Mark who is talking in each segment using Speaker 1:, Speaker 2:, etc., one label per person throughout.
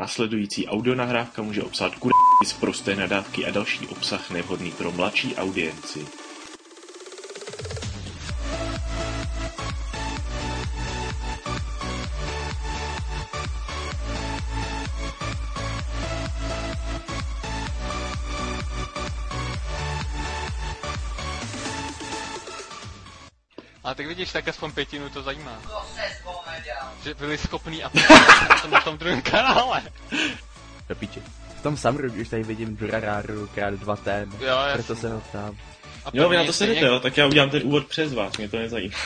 Speaker 1: Následující audionahrávka může obsahovat "kur***** sprosté nadávky a další obsah nevhodný pro mladší audienci.
Speaker 2: Ale tak vidíš, tak aspoň pětinu to zajímá.
Speaker 3: To se zpomeděl.
Speaker 2: Že byli schopní a na tom, na tom druhém kanále.
Speaker 4: Do piče. V tom Samru už tady vidím Duraráru krát dva tém.
Speaker 2: Jo, jasně.
Speaker 4: Proto se ho ptám.
Speaker 2: A
Speaker 1: Jo, vy
Speaker 2: první
Speaker 1: na to se
Speaker 2: stejně-
Speaker 1: jdete, jo? Tak já udělám ten úvod přes vás, mě to nezajímá.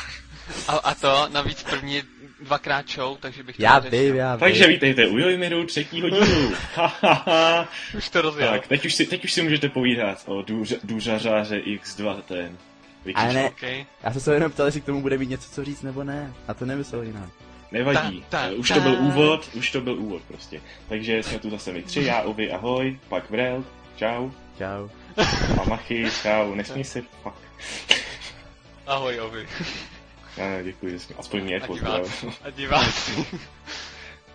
Speaker 2: A, a to navíc první je dvakrát show, takže bych to
Speaker 4: Já
Speaker 2: neřešil.
Speaker 4: vím, já vím.
Speaker 1: Takže vítejte u Jojmiru třetího dílu. Ha, ha, ha.
Speaker 2: Už to rozjel.
Speaker 1: tak, teď už, si, teď už si můžete povídat o důř, důřařáře X2 ten. Vykřičník.
Speaker 4: Ale ne,
Speaker 2: Okay.
Speaker 4: já jsem se jenom ptal, jestli k tomu bude mít něco co říct nebo ne. A to nemyslel jinak.
Speaker 1: Nevadí.
Speaker 2: Ta, ta,
Speaker 1: Eh, už to byl
Speaker 2: ta.
Speaker 1: úvod, už to byl úvod prostě. Takže jsme tu zase my tři, já, Ovi, ahoj, pak Vrel, čau,
Speaker 4: Čau.
Speaker 1: a Machy, čau, nesmí se, fuck.
Speaker 2: Ahoj, Ovi.
Speaker 1: Ne, děkuji, že jsme, aspoň mě
Speaker 2: A
Speaker 1: pozdravil.
Speaker 2: diváci. A diváci.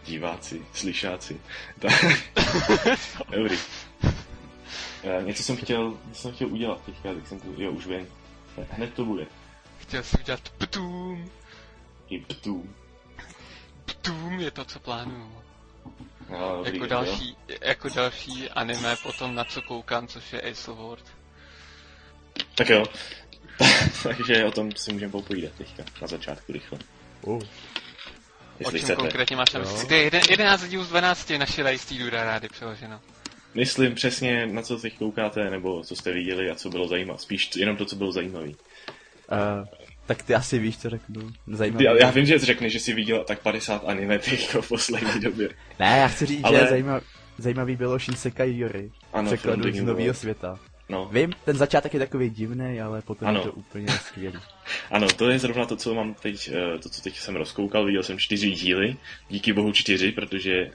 Speaker 1: Diváci, slyšáci. Tak. Dobrý. Eh, Něco jsem chtěl, něco jsem chtěl udělat teďka, tak jsem to, jo, už vím. Hned to bude.
Speaker 2: Chtěl jsem udělat ptům.
Speaker 1: I ptů.
Speaker 2: Ptům je to, co plánuju.
Speaker 1: No, dobrý,
Speaker 2: Jako
Speaker 1: jo.
Speaker 2: další, jako další anime potom na co koukám, což je Ace of Word.
Speaker 1: Tak jo. Takže o tom si můžeme popovídat teďka, na začátku rychle.
Speaker 4: Uh.
Speaker 2: O
Speaker 1: Jestli
Speaker 2: čem
Speaker 1: chcete.
Speaker 2: konkrétně máš na
Speaker 4: Jo.
Speaker 2: mysli? Kde je jeden- 11 lidí z 12 naši lajstí Dura rády přeloženo.
Speaker 1: Myslím přesně, na co teď koukáte, nebo co jste viděli a co bylo zajímavé. Spíš jenom to, co bylo zajímavé.
Speaker 4: Uh, tak ty asi víš, co řeknu. Zajímavé.
Speaker 1: Já, já vím, že jsi řekne, že jsi viděl tak 50 anime teď v poslední době.
Speaker 4: Ne, já chci říct,
Speaker 1: Ale-
Speaker 4: že zajímavý, zajímavý bylo Shinsekai Yori.
Speaker 1: Ano,
Speaker 4: Překladu z
Speaker 1: Frontier
Speaker 4: nového
Speaker 1: World.
Speaker 4: světa.
Speaker 1: No,
Speaker 4: Vím, ten začátek je takový divný, ale potom
Speaker 1: Ano.
Speaker 4: je to úplně skvělý.
Speaker 1: ano, to je zrovna to, co mám teď, eh, to, co teď jsem rozkoukal. Viděl jsem čtyři díly, díky bohu čtyři, protože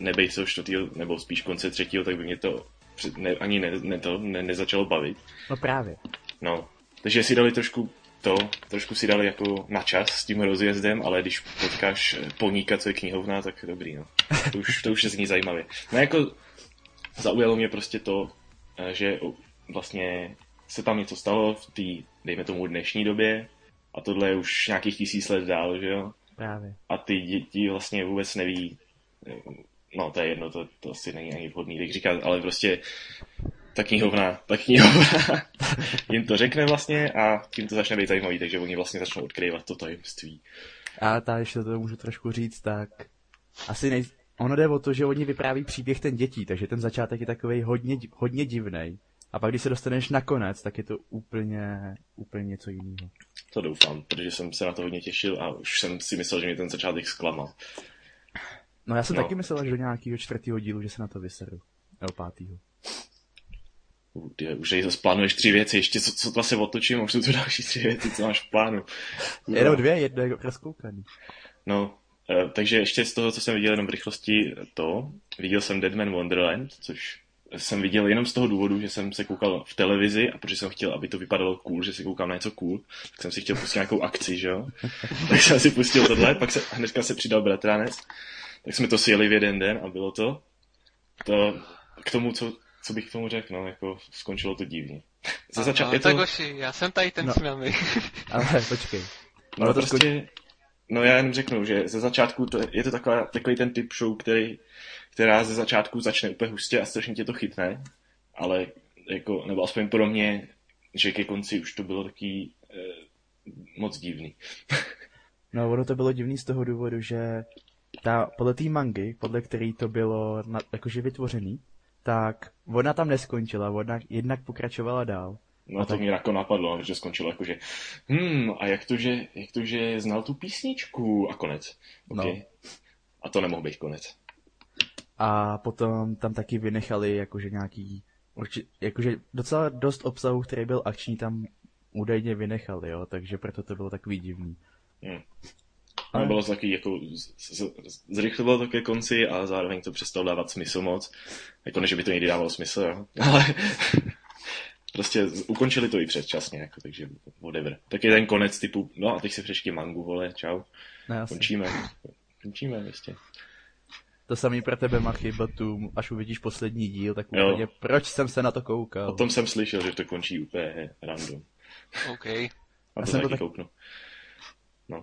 Speaker 1: nebej se čtvrtýho, nebo spíš konce třetího, tak by mě to před- ne, ani ne, ne, to, ne, nezačalo bavit.
Speaker 4: No právě.
Speaker 1: No, takže si dali trošku to, trošku si dali jako na čas s tím rozjezdem, ale když potkáš eh, poníka, co je knihovna, tak dobrý, no. To už, to už zní zajímavě. No jako zaujalo mě prostě to, eh, že o- vlastně se tam něco stalo v té, dejme tomu, dnešní době a tohle je už nějakých tisíc let dál, že jo?
Speaker 4: Právě.
Speaker 1: A ty děti vlastně vůbec neví, eh, no to je jedno, to, to asi není ani vhodný, tak říkat, ale prostě ta knihovna, ta knihovna jim to řekne vlastně a tím to začne být zajímavý, takže oni vlastně začnou odkryvat to tajemství.
Speaker 4: A ta, ještě to můžu trošku říct, tak asi nej... Ono jde o to, že oni vypráví příběh ten dětí, takže ten začátek je takový hodně, div- hodně divný. A pak, když se dostaneš na konec, tak je to úplně, úplně něco jiného.
Speaker 1: To doufám, protože jsem se na to hodně těšil a už jsem si myslel, že mě ten začátek zklamal.
Speaker 4: No já jsem
Speaker 1: No.
Speaker 4: no. taky myslel, že do nějakého čtvrtého dílu, že se na to vyseru. Nebo pátýho.
Speaker 1: U, Ty, už tady zase plánuješ tři věci, ještě co, co to se otočím, a už jsou tu další tři věci, co máš v plánu. Kurva.
Speaker 4: Jenom dvě, jedno je rozkoukaný.
Speaker 1: No, eh, takže ještě z toho, co jsem viděl jenom v rychlosti to, viděl jsem Deadman Wonderland, což jsem viděl jenom z toho důvodu, že jsem se koukal v televizi a protože jsem chtěl, aby to vypadalo cool, že se koukám na něco cool, tak jsem si chtěl pustit nějakou akci, že jo? Tak jsem si pustil tohle, pak se, hnedka se přidal bratranec, tak jsme to sjeli v jeden den a bylo to. To k tomu, co, co bych k tomu řekl, no, jako skončilo to divně. Ze začátku je
Speaker 2: no, tak
Speaker 1: to...
Speaker 2: Goši, já jsem tady ten no.
Speaker 4: No.
Speaker 2: s námi.
Speaker 4: Ale počkej.
Speaker 1: No,
Speaker 4: Ono to
Speaker 1: prostě, no já jenom řeknu, že ze začátku to, je to taková, takový ten typ show, který, která ze začátku začne úplně hustě a strašně tě to chytne, ale jako, nebo aspoň pro mě, že ke konci už to bylo taký eh, moc divný.
Speaker 4: No, ono to bylo divný z toho důvodu, že ta, podle té mangy, podle který to bylo na, jakože vytvořený, tak ona tam neskončila, ona jednak pokračovala dál.
Speaker 1: No a
Speaker 4: A
Speaker 1: to
Speaker 4: tak-
Speaker 1: mě jako napadlo, že skončilo jako, že hmm, a jak to, že, jak to, že znal tu písničku a konec.
Speaker 4: No.
Speaker 1: Okay. A to nemohl být konec.
Speaker 4: A potom tam taky vynechali jakože nějaký, urči- jakože docela dost obsahu, který byl akční, tam údajně vynechali, jo, takže proto to bylo takový divný.
Speaker 1: Hmm.
Speaker 4: Ale-
Speaker 1: Ale... Bylo to takový, jako, z- z- z- zrychlilo to ke konci a zároveň to přestalo dávat smysl moc. Jako ne, že by to někdy dávalo smysl, jo. Ale prostě z- ukončili to i předčasně, jako, takže whatever. Tak je ten konec typu, no a teď si přečti mangu, vole, čau,
Speaker 4: No, jasně.
Speaker 1: končíme. Končíme, prostě.
Speaker 4: To samý pro tebe, Machy, Batum, až uvidíš poslední díl, tak
Speaker 1: Jo.
Speaker 4: úplně, proč jsem se na to koukal?
Speaker 1: O tom jsem slyšel, že to končí úplně random.
Speaker 2: OK.
Speaker 1: A
Speaker 4: Já
Speaker 1: to
Speaker 4: jsem
Speaker 1: taky
Speaker 4: to
Speaker 1: tak...
Speaker 4: tak-
Speaker 1: kouknu. No.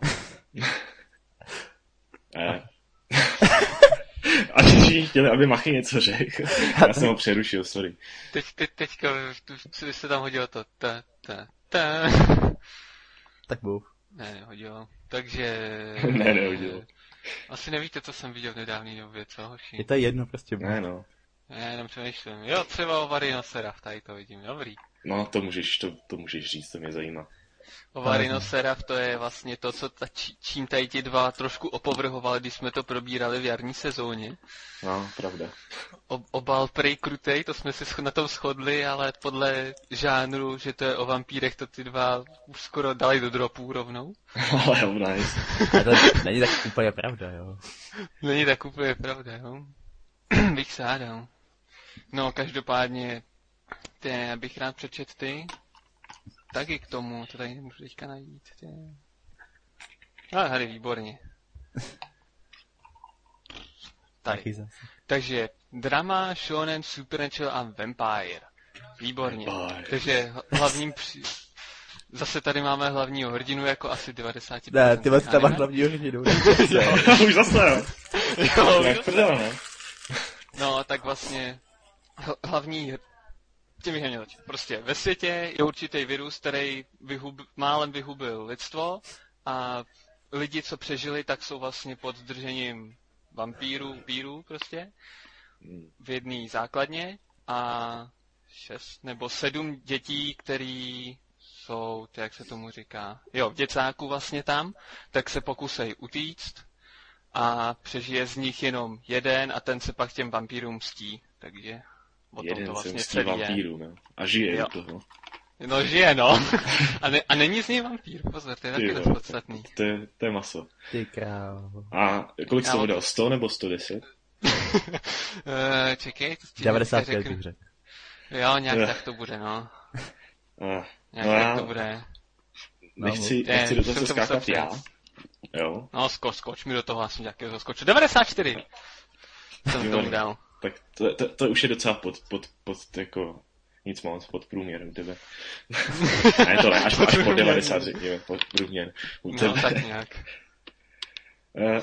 Speaker 1: Eh. A všichni chtěli, aby Machy něco řekl. Já jsem ho přerušil, sorry.
Speaker 2: Teď, teď, teďka tu- si se tam hodilo to ta, ta, ta.
Speaker 4: Tak bůh.
Speaker 2: Ne, nehodilo. Takže...
Speaker 1: Ne, nehodilo.
Speaker 2: Asi nevíte, co jsem viděl v nedávné době, co hoši?
Speaker 4: Je to jedno prostě.
Speaker 1: Ne, no.
Speaker 2: Ne, jenom přemýšlím. Jo, třeba o Varinosera, tady to vidím, dobrý.
Speaker 1: No, to můžeš, to, to můžeš říct, to mě zajímá.
Speaker 2: Ovarinoserav to je vlastně to, co ta, či- čím tady ti dva trošku opovrhovali, když jsme to probírali v jarní sezóně.
Speaker 1: No, pravda.
Speaker 2: O, obal prej krutej, to jsme se scho- na tom shodli, ale podle žánru, že to je o vampírech, to ty dva už skoro dali do dropů rovnou.
Speaker 1: Ale jo, nice.
Speaker 4: A to není tak úplně pravda, jo.
Speaker 2: Není tak úplně pravda, jo? bych sádal. No, každopádně, ty, já bych rád přečet ty. Taky k tomu, to tady nemůžu teďka najít. Ty. Ale hry, výborně. Tady.
Speaker 4: Taky zase.
Speaker 2: Takže drama, shonen, supernatural a vampire. Výborně.
Speaker 1: Vampire.
Speaker 2: Takže h- hlavním při... Zase tady máme hlavního hrdinu jako asi 90%.
Speaker 4: Ne, ty máš tam
Speaker 2: anime.
Speaker 4: hlavního hrdinu.
Speaker 1: Už zase, jo.
Speaker 2: Jo,
Speaker 1: Jak prdel, ne?
Speaker 2: No, tak vlastně h- hlavní tím bych neměl začít. Prostě ve světě je určitý virus, který vyhub, málem vyhubil lidstvo a lidi, co přežili, tak jsou vlastně pod držením vampírů, pírů prostě v jedné základně a šest nebo sedm dětí, který jsou, to jak se tomu říká, jo, v děcáku vlastně tam, tak se pokusej utíct a přežije z nich jenom jeden a ten se pak těm vampírům mstí, takže o tom to
Speaker 1: Jeden jsem
Speaker 2: vlastně
Speaker 1: s tím
Speaker 2: celý je.
Speaker 1: vampírů, no. A žije
Speaker 2: Jo.
Speaker 1: do toho.
Speaker 2: No žije, no. A, ne, a není z něj vampír, pozor, to je
Speaker 1: Ty
Speaker 2: taky
Speaker 1: vole.
Speaker 2: dost podstatný.
Speaker 1: To je, to je maso.
Speaker 4: Ty král.
Speaker 1: A kolik
Speaker 2: Já
Speaker 1: jsi
Speaker 2: mám-
Speaker 1: ho dal? 100 nebo 110?
Speaker 2: Eh, čekej, to ti
Speaker 4: 90
Speaker 2: hnedka
Speaker 4: bych řekl.
Speaker 2: Jo, nějak
Speaker 1: Jo.
Speaker 2: tak to bude, no.
Speaker 1: Ah,
Speaker 2: Nějak
Speaker 1: Eh. No já-
Speaker 2: tak to bude.
Speaker 4: No,
Speaker 1: nechci,
Speaker 2: Ne,
Speaker 1: nechci do toho
Speaker 2: jsem
Speaker 1: se
Speaker 2: to musel
Speaker 1: skákat já.
Speaker 2: přijít.
Speaker 1: Jo,
Speaker 2: No, skoč, skoč mi do toho, já jsem nějakého zaskočil. 94! Jsem
Speaker 1: Jo.
Speaker 2: tomu dal.
Speaker 1: tak to, to, to už je docela pod, pod, pod jako nic moc, pod průměr u tebe. ne, to ne, až, až po 90 řekněme, pod průměr u
Speaker 2: No,
Speaker 1: tebe.
Speaker 2: tak nějak.
Speaker 1: Eh,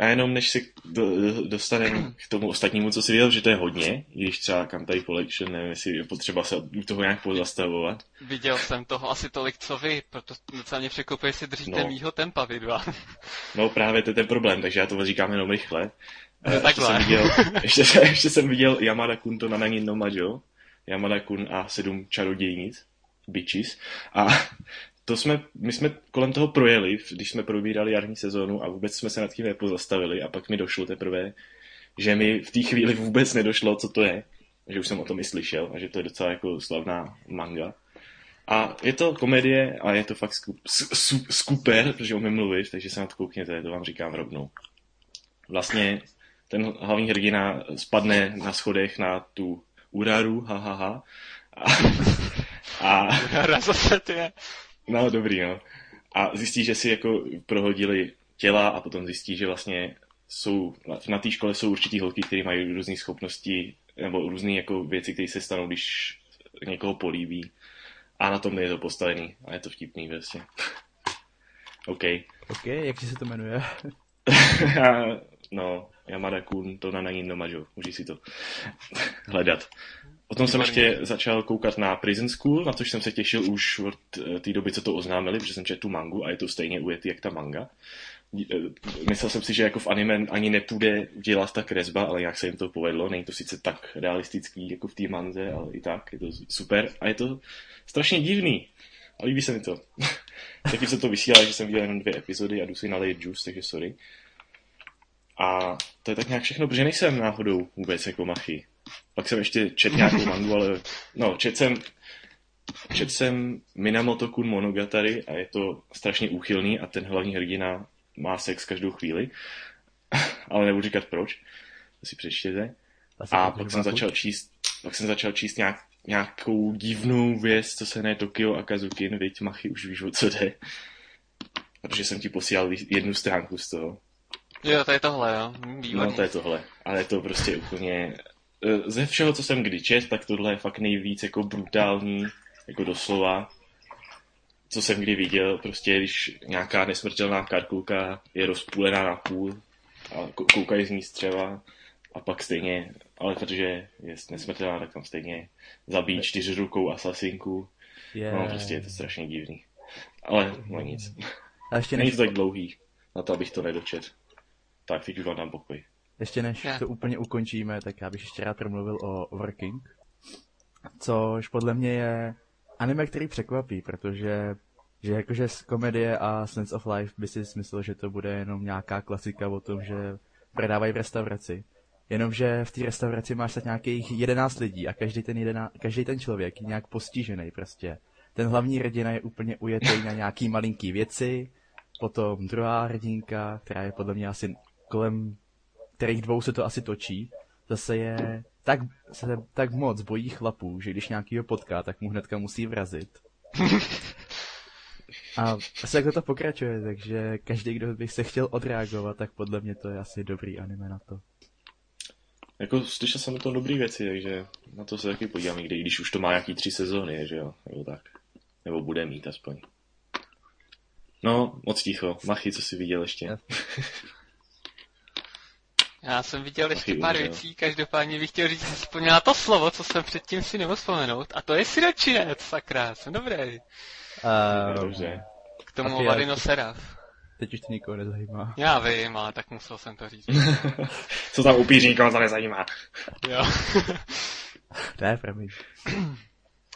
Speaker 1: A jenom než se do, do- dostaneme k tomu ostatnímu, co si viděl, že to je hodně, i když třeba kam tady collection, nevím, jestli je potřeba se u toho nějak pozastavovat.
Speaker 2: Viděl jsem toho asi tolik, co vy, proto docela mě překvapuje, jestli držíte
Speaker 1: No.
Speaker 2: no. mýho tempa vy dva.
Speaker 1: No právě to je ten problém, takže já to říkám jenom rychle. Eh,
Speaker 2: Takhle.
Speaker 1: Ještě jsem viděl, ještě, se- ještě jsem viděl Yamada Kun to Nanani no Majo, Yamada Kun a sedm čarodějnic, bitches. A to jsme, my jsme kolem toho projeli, když jsme probírali jarní sezónu a vůbec jsme se nad tím nepozastavili a pak mi došlo teprve, že mi v té chvíli vůbec nedošlo, co to je, že už jsem o tom i slyšel a že to je docela jako slavná manga. A je to komedie a je to fakt skup, s- su- super, protože umím mluvit, takže se na to koukněte, to vám říkám rovnou. Vlastně ten hlavní hrdina spadne na schodech na tu Uraru, ha, ha, ha. A, a
Speaker 2: Hra zase ty je.
Speaker 1: No, dobrý, no. A zjistí, že si jako prohodili těla a potom zjistí, že vlastně jsou, na té škole jsou určitý holky, které mají různé schopnosti nebo různé jako věci, které se stanou, když někoho políbí. A na tom je to postavený. A je to vtipný vlastně. OK.
Speaker 4: OK, jak se to jmenuje?
Speaker 1: no, Yamada Kun, to na není doma, že jo? Můžeš si to hledat. Potom jsem
Speaker 2: Výborně.
Speaker 1: ještě začal koukat na Prison School, na což jsem se těšil už od eh, té doby, co to oznámili, protože jsem četl tu mangu a je to stejně ujetý jak ta manga. Dí- eh, Myslel jsem si, že jako v anime ani nepůjde udělat ta kresba, ale jak se jim to povedlo. Není to sice tak realistický jako v té manze, ale i tak je to super a je to strašně divný. A líbí se mi to. Taky se to vysílá, že jsem viděl jenom dvě epizody a jdu si nalejit juice, takže sorry. A to je tak nějak všechno, protože nejsem náhodou vůbec jako machy. Pak jsem ještě čet nějakou mangu, ale no, čet jsem, čet jsem Minamoto Kun Monogatari a je to strašně úchylný a ten hlavní hrdina má sex každou chvíli, ale nebudu říkat proč, to si přečtěte.
Speaker 4: Asi
Speaker 1: A
Speaker 4: to
Speaker 1: pak
Speaker 4: bude
Speaker 1: jsem
Speaker 4: chuť.
Speaker 1: začal číst, pak jsem začal číst nějak, nějakou divnou věc, co se jmenuje Tokio Akazukin, viď, machy, už víš, o co jde. Protože jsem ti posílal jednu stránku z toho.
Speaker 2: Jo, to je tohle, jo. Hm,
Speaker 1: No
Speaker 2: Výborně.
Speaker 1: to je tohle. Ale je to prostě úplně... eh, Ze všeho, co jsem kdy čet, tak tohle je fakt nejvíc jako brutální, jako doslova, co jsem kdy viděl. Prostě když nějaká nesmrtelná karkulka je rozpůlená na půl a kou- koukají z ní střeva a pak stejně, ale protože je nesmrtelná, tak tam stejně zabíjí čtyřrukou asasinku.
Speaker 4: Je.
Speaker 1: No prostě je to strašně divný. Ale no nic.
Speaker 4: A ještě
Speaker 1: Není
Speaker 4: než,
Speaker 1: to tak dlouhý, na to, abych to nedočet. Tak, teď už vám dám pokoj.
Speaker 4: ještě než
Speaker 2: Ne.
Speaker 4: to úplně ukončíme, tak já bych ještě rád promluvil o Working, což podle mě je anime, který překvapí, protože že jakože z komedie a Sense of Life by si myslel, že to bude jenom nějaká klasika o tom, že prodávají v restauraci. Jenomže v té restauraci máš tak nějakých 11 lidí a každý ten, jedená, každý ten člověk je nějak postižený prostě. Ten hlavní hrdina je úplně ujetý na nějaký malinký věci, potom druhá hrdinka, která je podle mě asi kolem kterých dvou se to asi točí, zase je tak, se tak moc bojí chlapů, že když nějakýho potká, tak mu hnedka musí vrazit. A asi takhle to pokračuje, takže každý, kdo bych se chtěl odreagovat, tak podle mě to je asi dobrý anime na to.
Speaker 1: Jako slyšel jsem o tom dobrý věci, takže na to se taky podívám někdy, i když už to má nějaký tři sezóny, že jo, nebo tak. Nebo bude mít aspoň. No, moc ticho. Machy, co jsi viděl ještě?
Speaker 2: Já jsem viděl ještě
Speaker 1: Taky
Speaker 2: pár
Speaker 1: umřel.
Speaker 2: věcí, každopádně bych chtěl říct aspoň na to slovo, co jsem předtím si nemohl vzpomenout, a to je siročinec, sakra, jsem dobrý.
Speaker 1: Ehm,
Speaker 4: Uh,
Speaker 1: Dobře.
Speaker 2: K tomu
Speaker 4: A ty,
Speaker 2: Vadino
Speaker 4: jak-
Speaker 2: Seraf.
Speaker 4: Teď už to nikoho nezajímá.
Speaker 2: Já vím, ale tak musel jsem to říct.
Speaker 1: Co tam upíří, koho to nezajímá?
Speaker 2: jo.
Speaker 4: Ne, promiň.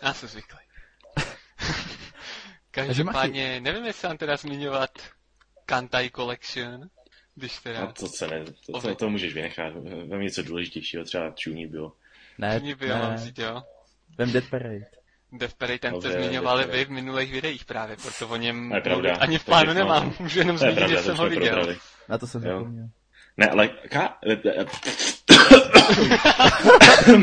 Speaker 2: Já jsem zvyklý.
Speaker 4: Takže máš-
Speaker 2: Každopádně, nevím, jestli mám teda zmiňovat Kantai Collection, když
Speaker 1: A
Speaker 2: teda...
Speaker 1: to se ne, to, to, to můžeš vynechat. Vem něco důležitějšího, třeba Čuní bylo.
Speaker 4: Ne,
Speaker 2: Mě by mám
Speaker 4: ne,
Speaker 2: vzít, jo.
Speaker 4: vem Dead Parade.
Speaker 2: Death Parade, ten
Speaker 1: Dobře,
Speaker 2: jste zmiňovali
Speaker 1: Death Parade.
Speaker 2: vy v minulých videích právě, proto o něm
Speaker 1: To je pravda.
Speaker 2: mluvit ani v
Speaker 1: To je
Speaker 2: plánu
Speaker 1: pravda.
Speaker 2: nemám. Můžu jenom
Speaker 1: To je
Speaker 2: zmínit, že
Speaker 1: pravda, to
Speaker 2: jsem
Speaker 1: už
Speaker 2: ho
Speaker 1: jsme
Speaker 2: viděl.
Speaker 1: probrali.
Speaker 4: Na to jsem
Speaker 1: Jo.
Speaker 4: zapomněl.
Speaker 1: Ne, ale ka...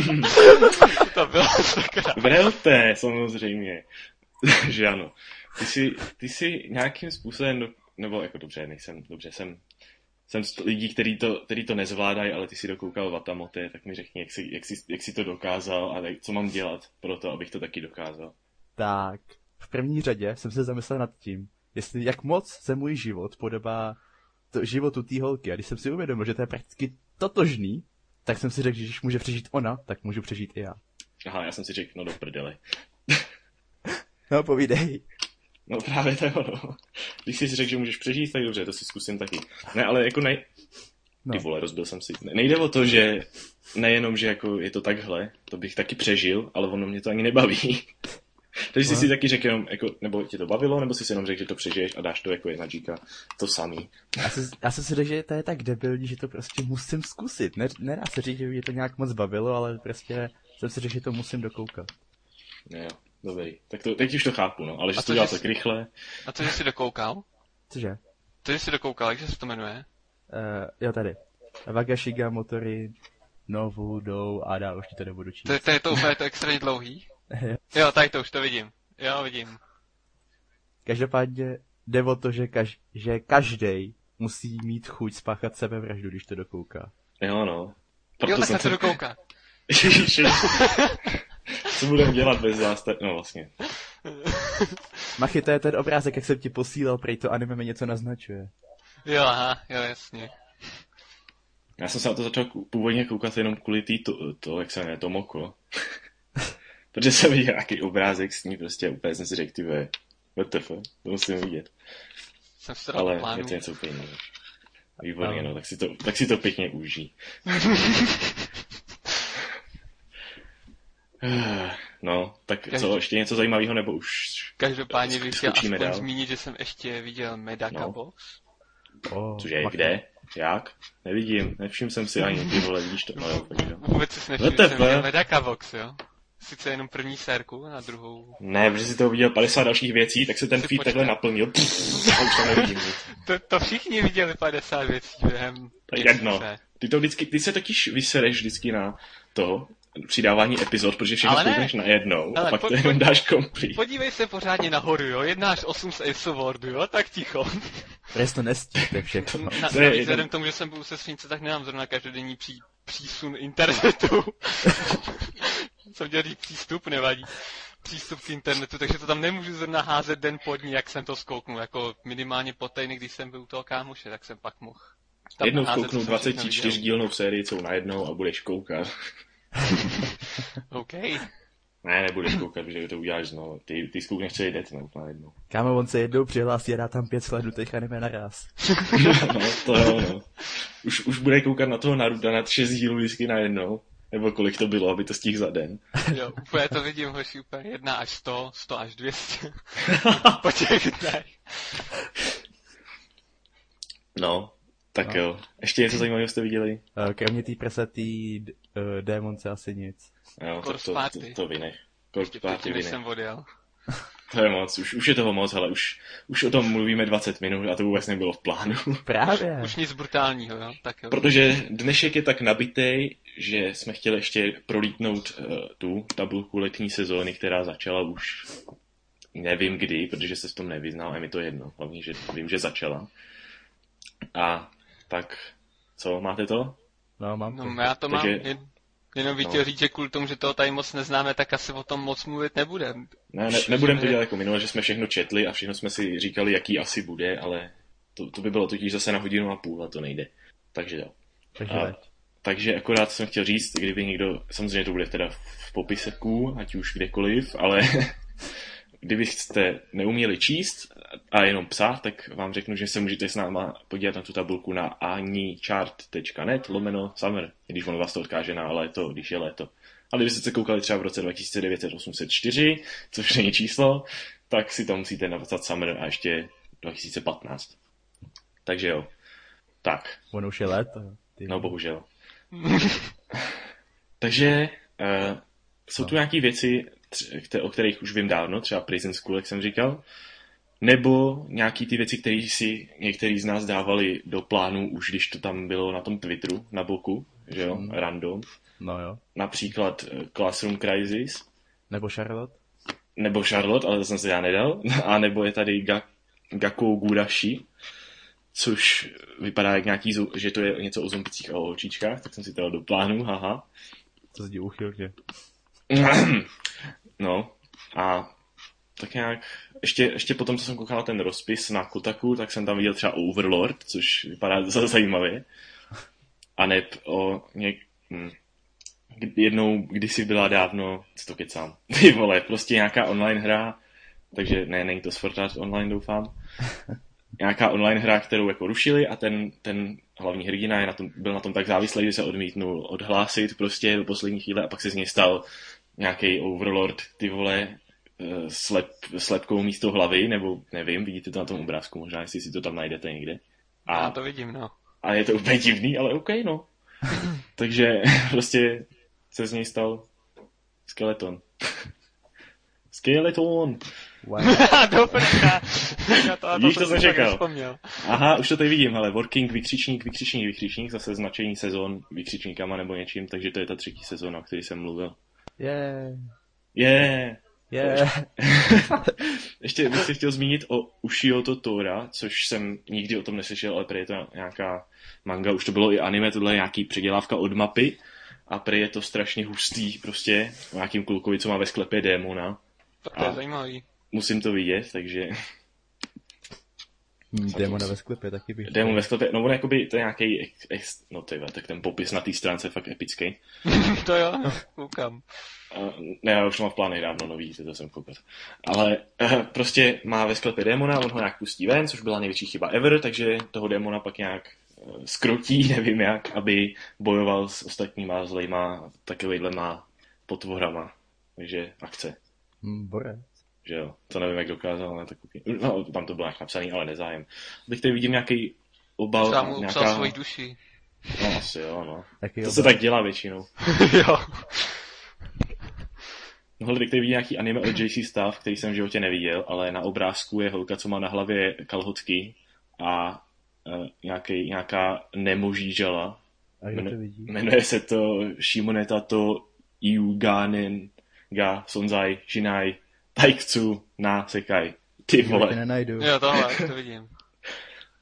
Speaker 2: To bylo sakra.
Speaker 1: Vrelte, samozřejmě. že ano. Ty jsi, ty jsi nějakým způsobem, do, nebo jako dobře, nejsem, dobře, jsem, jsem z lidí, který to, který to nezvládají, ale ty jsi dokoukal Vatamote, tak mi řekni, jak jsi, jak jsi, jak jsi to dokázal a jak- co mám dělat pro to, abych to taky dokázal.
Speaker 4: Tak, v první řadě jsem se zamyslel nad tím, jestli jak moc se můj život podobá to životu té holky. A když jsem si uvědomil, že to je prakticky totožný, tak jsem si řekl, že když může přežít ona, tak můžu přežít i já.
Speaker 1: Aha, já jsem si řekl, no do prdele.
Speaker 4: No, povídej.
Speaker 1: No právě to je ono. Když jsi si řekl, že můžeš přežít, tak dobře, to si zkusím taky. Ne, ale jako nej...
Speaker 4: No.
Speaker 1: No. Ty vole, rozbil jsem si. Ne- Nejde o to, že nejenom, že jako je to takhle, to bych taky přežil, ale ono mě to ani nebaví. Takže jsi
Speaker 4: No.
Speaker 1: si taky řekl jenom, jako, nebo tě to bavilo, nebo jsi si jenom řekl, že to přežiješ a dáš to jako jedna Gka. To samý.
Speaker 4: Já, se, já jsem si řekl, že to je tak debilní, že to prostě musím zkusit. Ne, nedá se říct, že mě to nějak moc bavilo, ale prostě jsem si řekl, že to musím dokoukat.
Speaker 1: Ne, jo, dobrý. Tak to, teď už to chápu, no, ale že
Speaker 2: A
Speaker 1: jsi
Speaker 2: to,
Speaker 1: to dělal
Speaker 2: že jsi-
Speaker 1: tak rychle.
Speaker 2: A co, že jsi dokoukal?
Speaker 4: Cože? Uh,
Speaker 2: To, že jsi dokoukal, jak se to jmenuje?
Speaker 4: jo, tady. Wagashiga, motory, novu, jdou a dál, už ti to nebudu číst.
Speaker 2: To, to je to úplně to extrémně dlouhý.
Speaker 4: Jo.
Speaker 2: Jo, tady to už to vidím. Jo, vidím.
Speaker 4: Každopádně jde o to, že, kaž, že každý musí mít chuť spáchat sebevraždu, když to dokouká.
Speaker 1: Jo, no.
Speaker 2: jo, tak na to
Speaker 1: se-
Speaker 2: dokouká.
Speaker 1: Ježiši. Co budeme dělat bez vás? tak- No vlastně.
Speaker 4: Machy, to je ten obrázek, jak jsem ti posílal, prej to anime mi něco naznačuje.
Speaker 2: Jo, aha, jo, jasně.
Speaker 1: Já jsem se na to začal kou- původně koukat jenom kvůli tý to, to, jak se jmenuje, Tomoko. Protože jsem viděl nějaký obrázek s ní, prostě úplně jsem si řekl, ty vole, WTF, to musím vidět.
Speaker 2: Jsem se dal
Speaker 1: Ale
Speaker 2: plánu.
Speaker 1: je to něco úplně jiného. Výborně,
Speaker 4: Ano.
Speaker 1: no, tak si to, tak si to pěkně užij. No, tak co,
Speaker 2: Každý-
Speaker 1: ještě něco zajímavého, nebo už...
Speaker 2: Každopádně bych chtěl
Speaker 1: Skočíme
Speaker 2: aspoň
Speaker 1: dál.
Speaker 2: zmínit, že jsem ještě viděl
Speaker 1: No.
Speaker 2: Medaka no. Boss.
Speaker 4: Oh,
Speaker 1: Cože, kde? Jak? Nevidím, nevšiml jsem si ani, ty vole, vidíš to? No, jo, tak jo.
Speaker 2: Vůbec si nevšiml, že
Speaker 1: VTP.
Speaker 2: jsem viděl Medaka Box, jo. Sice jenom první sérku a druhou.
Speaker 1: Ne, protože si to viděl 50 dalších věcí, tak se ten
Speaker 2: Si
Speaker 1: feed takhle
Speaker 2: počkej.
Speaker 1: naplnil. Pff, a už to nevidím. nic.
Speaker 2: To, to všichni viděli 50 věcí během
Speaker 1: To je jedno.
Speaker 2: měsíce.
Speaker 1: Ty, to vždycky, ty se totiž vysereš vždycky na to, přidávání epizod, protože všechno
Speaker 2: Ale ne.
Speaker 1: koukneš na jednou a
Speaker 2: Hele,
Speaker 1: pak
Speaker 2: po-
Speaker 1: to jenom dáš complete.
Speaker 2: Podívej se pořádně nahoru, jo, jednáš 8 s Ace of Wordu, jo, tak ticho.
Speaker 4: Protože to nestíte všechno.
Speaker 2: Na,
Speaker 1: No, To je
Speaker 2: navíc
Speaker 1: jeden-
Speaker 2: vzhledem k tomu, že jsem byl se svince, tak nemám zrovna každodenní pří, přísun internetu. Co měl říct přístup, nevadí. Přístup k internetu, takže to tam nemůžu zrovna házet den pod ní, jak jsem to zkouknul. Jako minimálně po týdny, když jsem byl u toho kámoše, tak jsem pak mohl. tam
Speaker 1: Jednou
Speaker 2: naházet, co
Speaker 1: kouknou
Speaker 2: jsem všechno viděl.
Speaker 1: 24 dílnou sérii, co najednou a budeš koukat.
Speaker 2: OK.
Speaker 1: Ne, nebudeš koukat, že to uděláš znovu. Ty, ty zkoukneš celý Deathnote najednou.
Speaker 4: Kámo, on se jednou přihlásí a dá tam pět sledů těch anime naraz.
Speaker 1: no, to jo, no. Už, už bude koukat na toho Naruda na tři dílů vždycky najednou. Nebo kolik to bylo, aby to stihl za den.
Speaker 2: Jo, úplně to vidím, hoši, úplně 1 až 100, 100 až 200. po těch dnech.
Speaker 1: No, tak no. jo. Ještě něco zajímavého jste viděli?
Speaker 4: Eh, Kromě té prasatý d- eh, démonce asi nic.
Speaker 1: Jo,
Speaker 2: Corpse
Speaker 1: to, to,
Speaker 2: Party.
Speaker 1: to vynech. Corpse Party
Speaker 2: Předtím, než
Speaker 1: vynech.
Speaker 2: jsem odjel.
Speaker 1: To je moc, už, už je toho moc, ale už, už o tom mluvíme 20 minut a to vůbec nebylo v plánu.
Speaker 4: Právě.
Speaker 2: Už nic brutálního, jo, tak jo.
Speaker 1: Protože dnešek je tak nabitej, že jsme chtěli ještě prolítnout uh, tu tabulku letní sezóny, která začala už nevím kdy, protože se v tom nevyznal a je mi to jedno. Hlavně, že vím, že začala. A tak, co, máte to?
Speaker 4: No, mám to.
Speaker 2: No já to
Speaker 1: Hm.
Speaker 2: mám,
Speaker 1: Takže-
Speaker 2: jen, jenom bych
Speaker 1: no.
Speaker 2: chtěl říct, že kvůli tomu, že toho tady moc neznáme, tak asi o tom moc mluvit nebudem.
Speaker 1: Ne, ne, nebudeme to dělat jako minule, že jsme všechno četli a všechno jsme si říkali, jaký asi bude, ale to, to by bylo totiž zase na hodinu a půl a to nejde. Takže jo.
Speaker 4: Takže
Speaker 1: A,
Speaker 4: veď.
Speaker 1: takže akorát jsem chtěl říct, kdyby někdo, samozřejmě to bude teda v popiseku, ať už kdekoliv, ale kdybyste neuměli číst a jenom psát, tak vám řeknu, že se můžete s náma podívat na tu tabulku na anichart.net lomeno summer, když on vás to odkáže na léto, když je léto. A kdybyste se koukali třeba v roce 2904, což není číslo, tak si tam musíte napsat summer a ještě 2015. Takže jo. Tak,
Speaker 4: Ono už je léto. Ty.
Speaker 1: No bohužel. Takže uh, jsou tu nějaké věci, tř- kte- o kterých už vím dávno, třeba Prison School, jak jsem říkal, nebo nějaké ty věci, které si některý z nás dávali do plánu, už když to tam bylo na tom Twitteru, na boku, že jo, random.
Speaker 4: No jo.
Speaker 1: Například eh, Classroom Crisis,
Speaker 4: Nebo Charlotte?
Speaker 1: nebo Charlotte, ale to jsem si já nedal, a nebo je tady Ga- Gakou Gurashi, což vypadá jak nějaký, zu- že to je něco o zumbicích a o očičkách, tak jsem si to dal do plánu, haha.
Speaker 4: To zdi uchylně.
Speaker 1: No a tak nějak, ještě, ještě potom, co jsem koukal na ten rozpis na Kotaku, tak jsem tam viděl třeba Overlord, což vypadá docela zajímavě. A neb o něk... hm. Kdy- jednou, kdysi byla dávno, co to kecám, ty vole, prostě nějaká online hra, takže ne, není to Sword Art Online, doufám. Nějaká online hra, kterou jako rušili a ten, ten hlavní hrdina je na tom, byl na tom tak závislý, že se odmítnul odhlásit prostě do poslední chvíle a pak se z něj stal nějaký overlord, ty vole, eh, slep, slepkou místo hlavy, nebo nevím, vidíte to na tom obrázku, možná jestli si to tam najdete někde.
Speaker 2: Já to vidím, no.
Speaker 1: A je to úplně divný, ale OK, no. Takže prostě se z něj stal skeleton. skeleton!
Speaker 4: Wow.
Speaker 2: Do prča. Já to,
Speaker 1: Vidíš, to
Speaker 2: jsem
Speaker 1: jsem
Speaker 2: fakt
Speaker 1: čekal.
Speaker 2: nevzpomněl.
Speaker 1: Aha, už to tady vidím, ale working, vykřičník, vykřičník, vykřičník, zase značení sezon vykřičníkama nebo něčím, takže to je ta třetí sezóna, o který jsem mluvil.
Speaker 4: Je,
Speaker 1: Je,
Speaker 4: je.
Speaker 1: Ještě bych se chtěl zmínit o Ushio Totora, což jsem nikdy o tom neslyšel, ale prý je to nějaká manga, už to bylo i anime, tohle je nějaký předělávka od mapy a prý je to strašně hustý, prostě o nějakým klukovi, co má ve sklepě démona.
Speaker 2: Tak to je
Speaker 1: A-
Speaker 2: zajímavý.
Speaker 1: Musím to vidět, takže
Speaker 4: Mít démona ve sklepě taky bych.
Speaker 1: démon ve sklepě, no on jakoby, to je nějaký, ex, ex, no ty vole, tak ten popis na té stránce je fakt epický.
Speaker 2: to jo, no, koukám.
Speaker 1: Uh, ne, já už to mám v plánech dávno nový, to jsem koukat. Ale uh, prostě má ve sklepě démona, on ho nějak pustí ven, což byla největší chyba ever, takže toho démona pak nějak uh, skrotí, nevím jak, aby bojoval s ostatníma zlejma takovejhlema potvorama. Takže akce,
Speaker 4: Hm, Bore.
Speaker 1: že jo. To nevím, jak dokázal, ale tak ok. No, tam to bylo nějak napsaný, ale nezájem. Teď tady vidím nějaký obal,
Speaker 2: Třeba mu upsal
Speaker 1: nějaká...
Speaker 2: svoji duši.
Speaker 1: No, asi jo, no.
Speaker 4: Taky
Speaker 1: To se tak dělá většinou.
Speaker 2: jo.
Speaker 1: No, Hele, teď tady vidím nějaký anime od JC Staff, který jsem v životě neviděl, ale na obrázku je holka, co má na hlavě kalhotky a uh, nějaký, nějaká nemoží žala. Hm,
Speaker 4: A kdo to vidí?
Speaker 1: Jmenuje se to Shimoneta to Iu Ganen Ga Sonzai Shinai Taikatsu Na Sekai. Ty
Speaker 4: Jo, to
Speaker 1: vole,
Speaker 4: nenajdu.
Speaker 2: Jo, tohle, to vidím.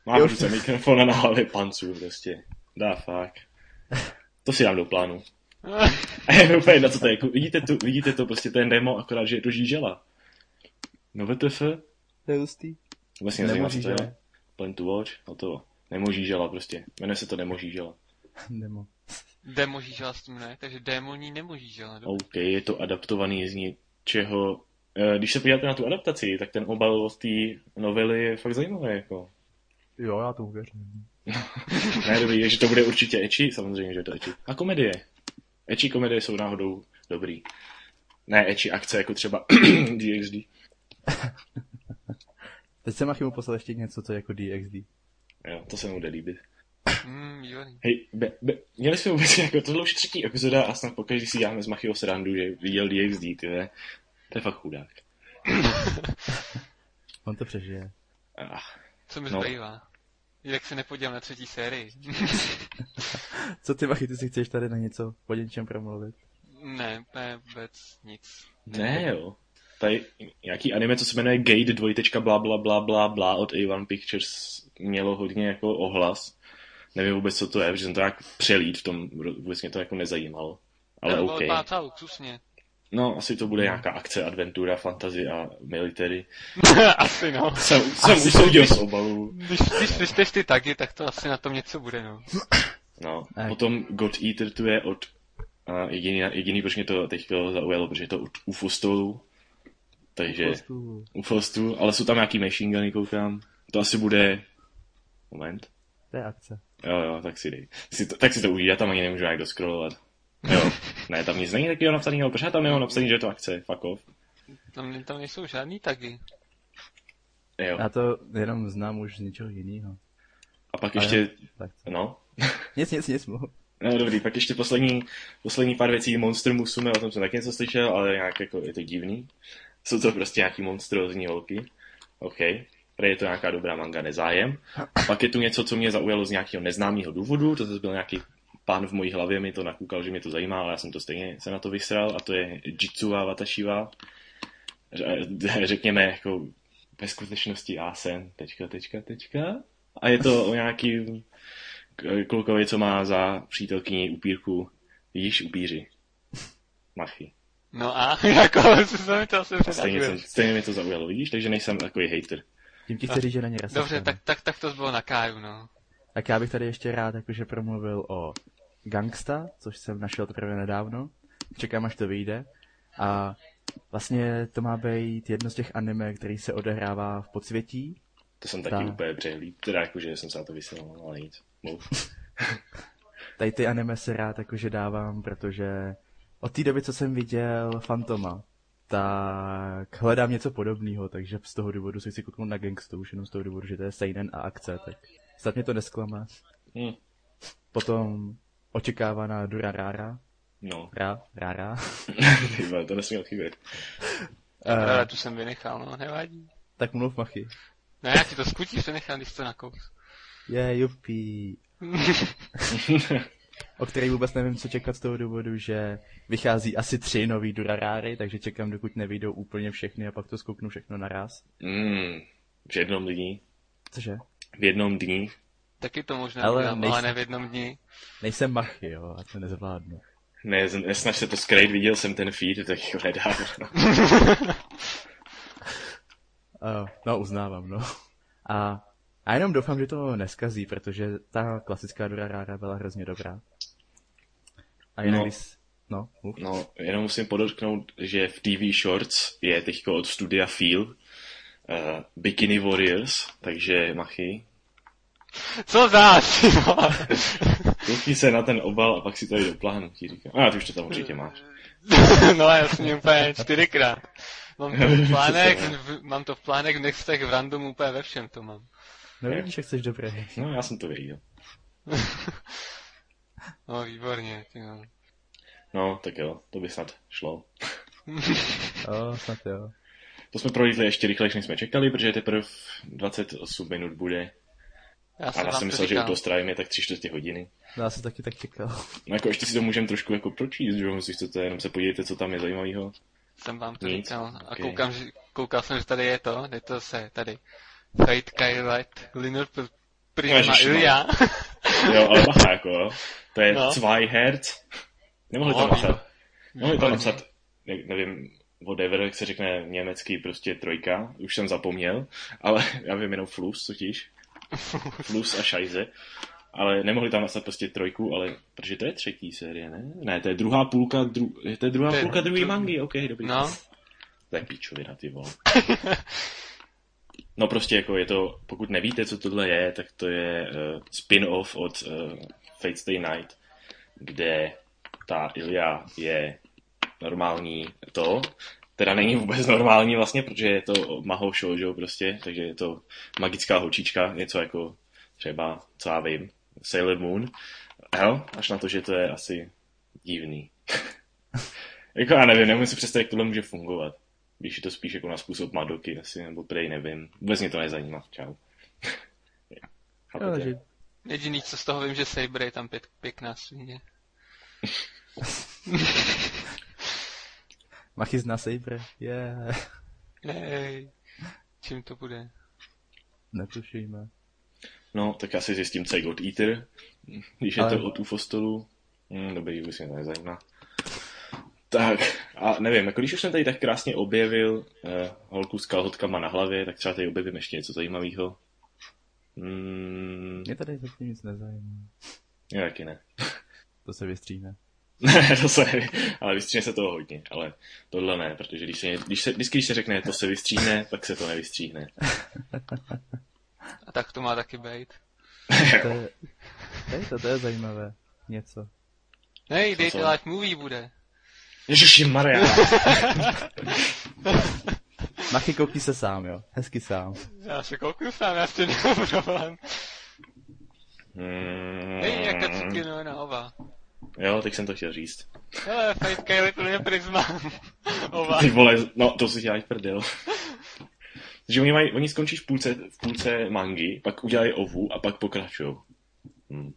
Speaker 1: mám
Speaker 4: Jo.
Speaker 1: v ruce mikrofon a na hlavě panců prostě. Dá fakt. To si dám do plánu. A je úplně na co to je. jako Vidíte to, vidíte to prostě ten demo, akorát, že je to žížela. No VTF,
Speaker 4: To je hustý.
Speaker 1: vůbec mě nezajímá, co to
Speaker 4: Nemožížela.
Speaker 1: je. Plan to watch, hotovo. Nemožížela prostě. Jmenuje se to Nemožížela.
Speaker 4: Demo.
Speaker 2: Demoží žela s tím ne, takže démoní nemoží žela. dobře.
Speaker 1: OK, je to adaptovaný z něčeho. Eh, Když se podíváte na tu adaptaci, tak ten obal od té novely je fakt zajímavý. Jako.
Speaker 4: Jo, já tomu věřím.
Speaker 1: Ne, dobrý, je, že to bude určitě eči, samozřejmě, že je to eči. A komedie. Eči komedie jsou náhodou dobrý. Ne, eči akce, jako třeba DXD.
Speaker 4: Teď jsem Machimu poslal ještě něco, co je jako DXD.
Speaker 1: Jo, to se mu bude líbit.
Speaker 2: Hmm, výborný.
Speaker 1: Hej, be, be, měli jsme vůbec jako tohle už je třetí epizoda a snad pokaždý si děláme z Machyho srandu, že viděl DXD, ty ve. To je fakt chudák.
Speaker 4: On to přežije.
Speaker 1: Ach,
Speaker 2: Co mi
Speaker 1: No.
Speaker 2: zbývá? Jak se nepodívám na třetí sérii?
Speaker 4: Co ty Machy, ty si chceš tady na něco po něčem promluvit?
Speaker 2: ne, ne, vůbec nic.
Speaker 1: ne jo. Tady nějaký anime, co se jmenuje Gate 2. bla bla bla bla bla od A1 Pictures mělo hodně jako ohlas. Nevím vůbec, co to je, protože jsem to jak přelít v tom, vůbec mě to jako nezajímalo. Ale
Speaker 2: Ten
Speaker 1: OK.
Speaker 2: byl pátal, kusně.
Speaker 1: No, asi to bude nějaká akce, adventura, fantasy a military.
Speaker 2: asi no.
Speaker 1: Jsem, jsem usoudil z obalu.
Speaker 2: Když, když přečteš ty taky, tak to asi na tom něco bude, no.
Speaker 1: No,
Speaker 4: Tak.
Speaker 1: potom God Eater tu je od... A jediný, jediný, proč mě to teď zaujalo, protože je to od UFO stolu. Takže
Speaker 4: Postu.
Speaker 1: UFO stolu, ale jsou tam nějaký machine guny, koukám. To asi bude... Moment.
Speaker 4: To je akce.
Speaker 1: Jo, jo, tak si dej. Si to, tak si to uvidí, já tam ani nemůžu nějak doskrolovat. Jo, ne, tam nic není takového napsaného, protože já tam nemám napsaný, že je to akce, fuck off.
Speaker 2: Tam, tam nejsou žádný taky.
Speaker 1: Jo,
Speaker 4: Já to jenom znám už z něčeho jiného.
Speaker 1: a pak
Speaker 4: ale-
Speaker 1: ještě,
Speaker 4: Tak.
Speaker 1: no,
Speaker 4: Nic, nic, nic, mluv.
Speaker 1: No dobrý, pak ještě poslední, poslední pár věcí Monster Musume, o tom jsem taky něco slyšel, ale nějak jako je to divný. Jsou to prostě nějaký monstrózní holky. OK. Tady je to nějaká dobrá manga, nezájem. A pak je tu něco, co mě zaujalo z nějakého neznámého důvodu, to zase byl nějaký pán v mojí hlavě, mi to nakoukal, že mě to zajímá, ale já jsem to stejně se na to vysral a to je Jitsuwa Watashiwa. Ře- Řekněme jako ve skutečnosti já jsem, tečka, tečka, tečka. A je to o nějakým k- klukovi, co má za přítelkyni upírku, vidíš upíři. Machy.
Speaker 2: No a jako se mi to asi
Speaker 1: Stejně, jsem,
Speaker 2: předakuješ.
Speaker 1: stejně mi to zaujalo, vidíš, takže nejsem takový hater.
Speaker 4: Tím ti chci říct, že není rasista.
Speaker 2: Dobře, tak, tak, tak to bylo na Káju, no.
Speaker 4: Tak já bych tady ještě rád jakože promluvil o Gangsta, což jsem našel teprve nedávno. Čekám, až to vyjde. A vlastně to má být jedno z těch anime, který se odehrává v podsvětí.
Speaker 1: To jsem taky
Speaker 4: Tak.
Speaker 1: úplně přehlíd. Teda jakože jsem se na to vysvětlil, ale nic. Mluv.
Speaker 4: Tady ty anime se rád jakože dávám, protože od té doby, co jsem viděl Fantoma, tak hledám něco podobného, takže z toho důvodu si chci kouknout na Gangstu, už jenom z toho důvodu, že to je seinen a akce, tak snad mě to nesklame.
Speaker 1: Hm.
Speaker 4: Potom očekávaná Durarara,
Speaker 1: No,
Speaker 4: Ra, Rara.
Speaker 1: ty vole, to nesmí odchybět.
Speaker 4: Eh,
Speaker 2: Ale tu jsem vynechal, no, nevadí.
Speaker 4: Tak mluv, Machy.
Speaker 2: No já ti to skutí vynechal, když to nakous.
Speaker 4: Je, jupí. o který vůbec nevím, co čekat z toho důvodu, že vychází asi tři nový Duraráry, takže čekám, dokud nevyjdou úplně všechny a pak to skouknu všechno naraz.
Speaker 1: Mm, v jednom dní.
Speaker 4: Cože?
Speaker 1: V jednom dní.
Speaker 2: Taky to možná
Speaker 4: Ale
Speaker 2: ale, udělám, ale
Speaker 4: nejsi-
Speaker 2: ne v jednom dni.
Speaker 4: Nejsem machy, jo, a to nezvládnu.
Speaker 1: Ne, z- nesnaž se to skrejt, viděl jsem ten feed, tak ho nedávno.
Speaker 4: Uh, no, uznávám, no. A, a jenom doufám, že to neskazí, protože ta klasická Durarára byla hrozně dobrá. A
Speaker 1: No.
Speaker 4: jinak, no. když... No, mluv.
Speaker 1: No, jenom musím podotknout, že v TV Shorts je teďko od studia Feel uh, Bikini Warriors, takže machy,
Speaker 2: Co záš, no?
Speaker 1: Koukni se na ten obal a pak si to jde do plánu, ti říkám. A ty už to tam určitě máš.
Speaker 2: no jasně, úplně čtyřikrát. Mám to v plánech, v, mám to v plánech, v nextech, v randomu, úplně ve všem to mám.
Speaker 4: No vidíš, jak jsi dobrý.
Speaker 1: No, já jsem to věděl.
Speaker 2: No výborně, ty no.
Speaker 1: No, tak jo, to by snad šlo.
Speaker 4: Jo, snad jo.
Speaker 1: To jsme prolítli ještě rychleji, než jsme čekali, protože teprve 28 minut bude.
Speaker 2: Já
Speaker 1: A
Speaker 2: jsem
Speaker 1: já jsem
Speaker 2: vám to
Speaker 1: myslel, že u
Speaker 2: říkal.
Speaker 1: toho strávím je tak tři čtvrtě hodiny.
Speaker 4: Já jsem taky tak čekal.
Speaker 1: No jako ještě si to můžeme trošku jako pročíst, že jo, jestli chcete, jenom se podívejte, co tam je zajímavého.
Speaker 2: Jsem vám to
Speaker 1: Nic,
Speaker 2: říkal. A
Speaker 1: ok.
Speaker 2: koukám, že, koukal jsem, že tady je to. Je to se tady. Fate Kylet, Linor Pr- Prisma,
Speaker 1: Ježišmarja.
Speaker 2: Ilya.
Speaker 1: Jo, ale bacha, jako, jo. to je
Speaker 2: No.
Speaker 1: no. Zweiherz. Nemohli
Speaker 2: No,
Speaker 1: tam napsat, nemohli tam
Speaker 2: výborně.
Speaker 1: napsat, ne, nevím, whatever, jak se řekne německý, prostě trojka, už jsem zapomněl, ale já vím jenom flus, totiž. Flus a šajze. Ale nemohli tam napsat prostě trojku, ale protože to je třetí série, ne? Ne, to je druhá půlka, dru, to je druhá
Speaker 2: To je
Speaker 1: půlka druhý
Speaker 2: dru-
Speaker 1: mangy, ok, dobrý.
Speaker 2: No,
Speaker 1: To je pičovina, ty vole. No prostě jako je to, pokud nevíte, co tohle je, tak to je uh, spin-off od uh, Fate Stay Night, kde ta Ilja je normální to, teda není vůbec normální vlastně, protože je to mahou shoujo prostě, takže je to magická holčička, něco jako třeba, co já vím, Sailor Moon. Hel, až na to, že to je asi divný. jako já nevím, nemůžu si představit, jak tohle může fungovat. Když je to spíš jako na způsob Madoky asi, nebo prej nevím. Vůbec mě to nezajímá, čau.
Speaker 4: Jo,
Speaker 1: Chápete?
Speaker 4: že...
Speaker 2: jediný, co z toho vím, že Saber je tam pět, pěkná svině.
Speaker 4: Machizna Saber, yeah.
Speaker 2: Jej. Čím to bude?
Speaker 4: Netušíme.
Speaker 1: No, tak já si zjistím, co je God Eater, když je
Speaker 4: Ale-
Speaker 1: to od UFO stolu. Hm, dobrý, vůbec mě to nezajímá. Tak, a nevím, jako když už jsem tady tak krásně objevil eh, holku s kalhotkama na hlavě, tak třeba tady objevím ještě něco zajímavého. Hmm,
Speaker 4: Mě tady zatím nic nezajímá.
Speaker 1: já taky ne.
Speaker 4: To se vystříme.
Speaker 1: Ne, to se neví, ale vystříhne se toho hodně, ale tohle ne, protože když se, když se, vždycky, když se řekne, to se vystříhne, tak se to nevystříhne.
Speaker 2: A tak to má taky být.
Speaker 4: To je, to je, to, to je zajímavé. Něco.
Speaker 2: Hej,
Speaker 1: Co
Speaker 2: Date
Speaker 1: to?
Speaker 2: Life Movie bude.
Speaker 1: Ježiši Maria.
Speaker 4: Machy koukni se sám, jo. Hezky sám.
Speaker 2: Já se kouknu sám, já s tím nemám problém.
Speaker 1: Hmm,
Speaker 2: Hej, jaká cítky na no, ova.
Speaker 1: jo, tak jsem to chtěl říct.
Speaker 2: Hele, Fight Kylet, to je Prisma. ova.
Speaker 1: Ty vole, no to si děláš prdel. Že oni, mají, oni skončí v půlce, v půlce mangy, pak udělají ovu a pak pokračují. Hm.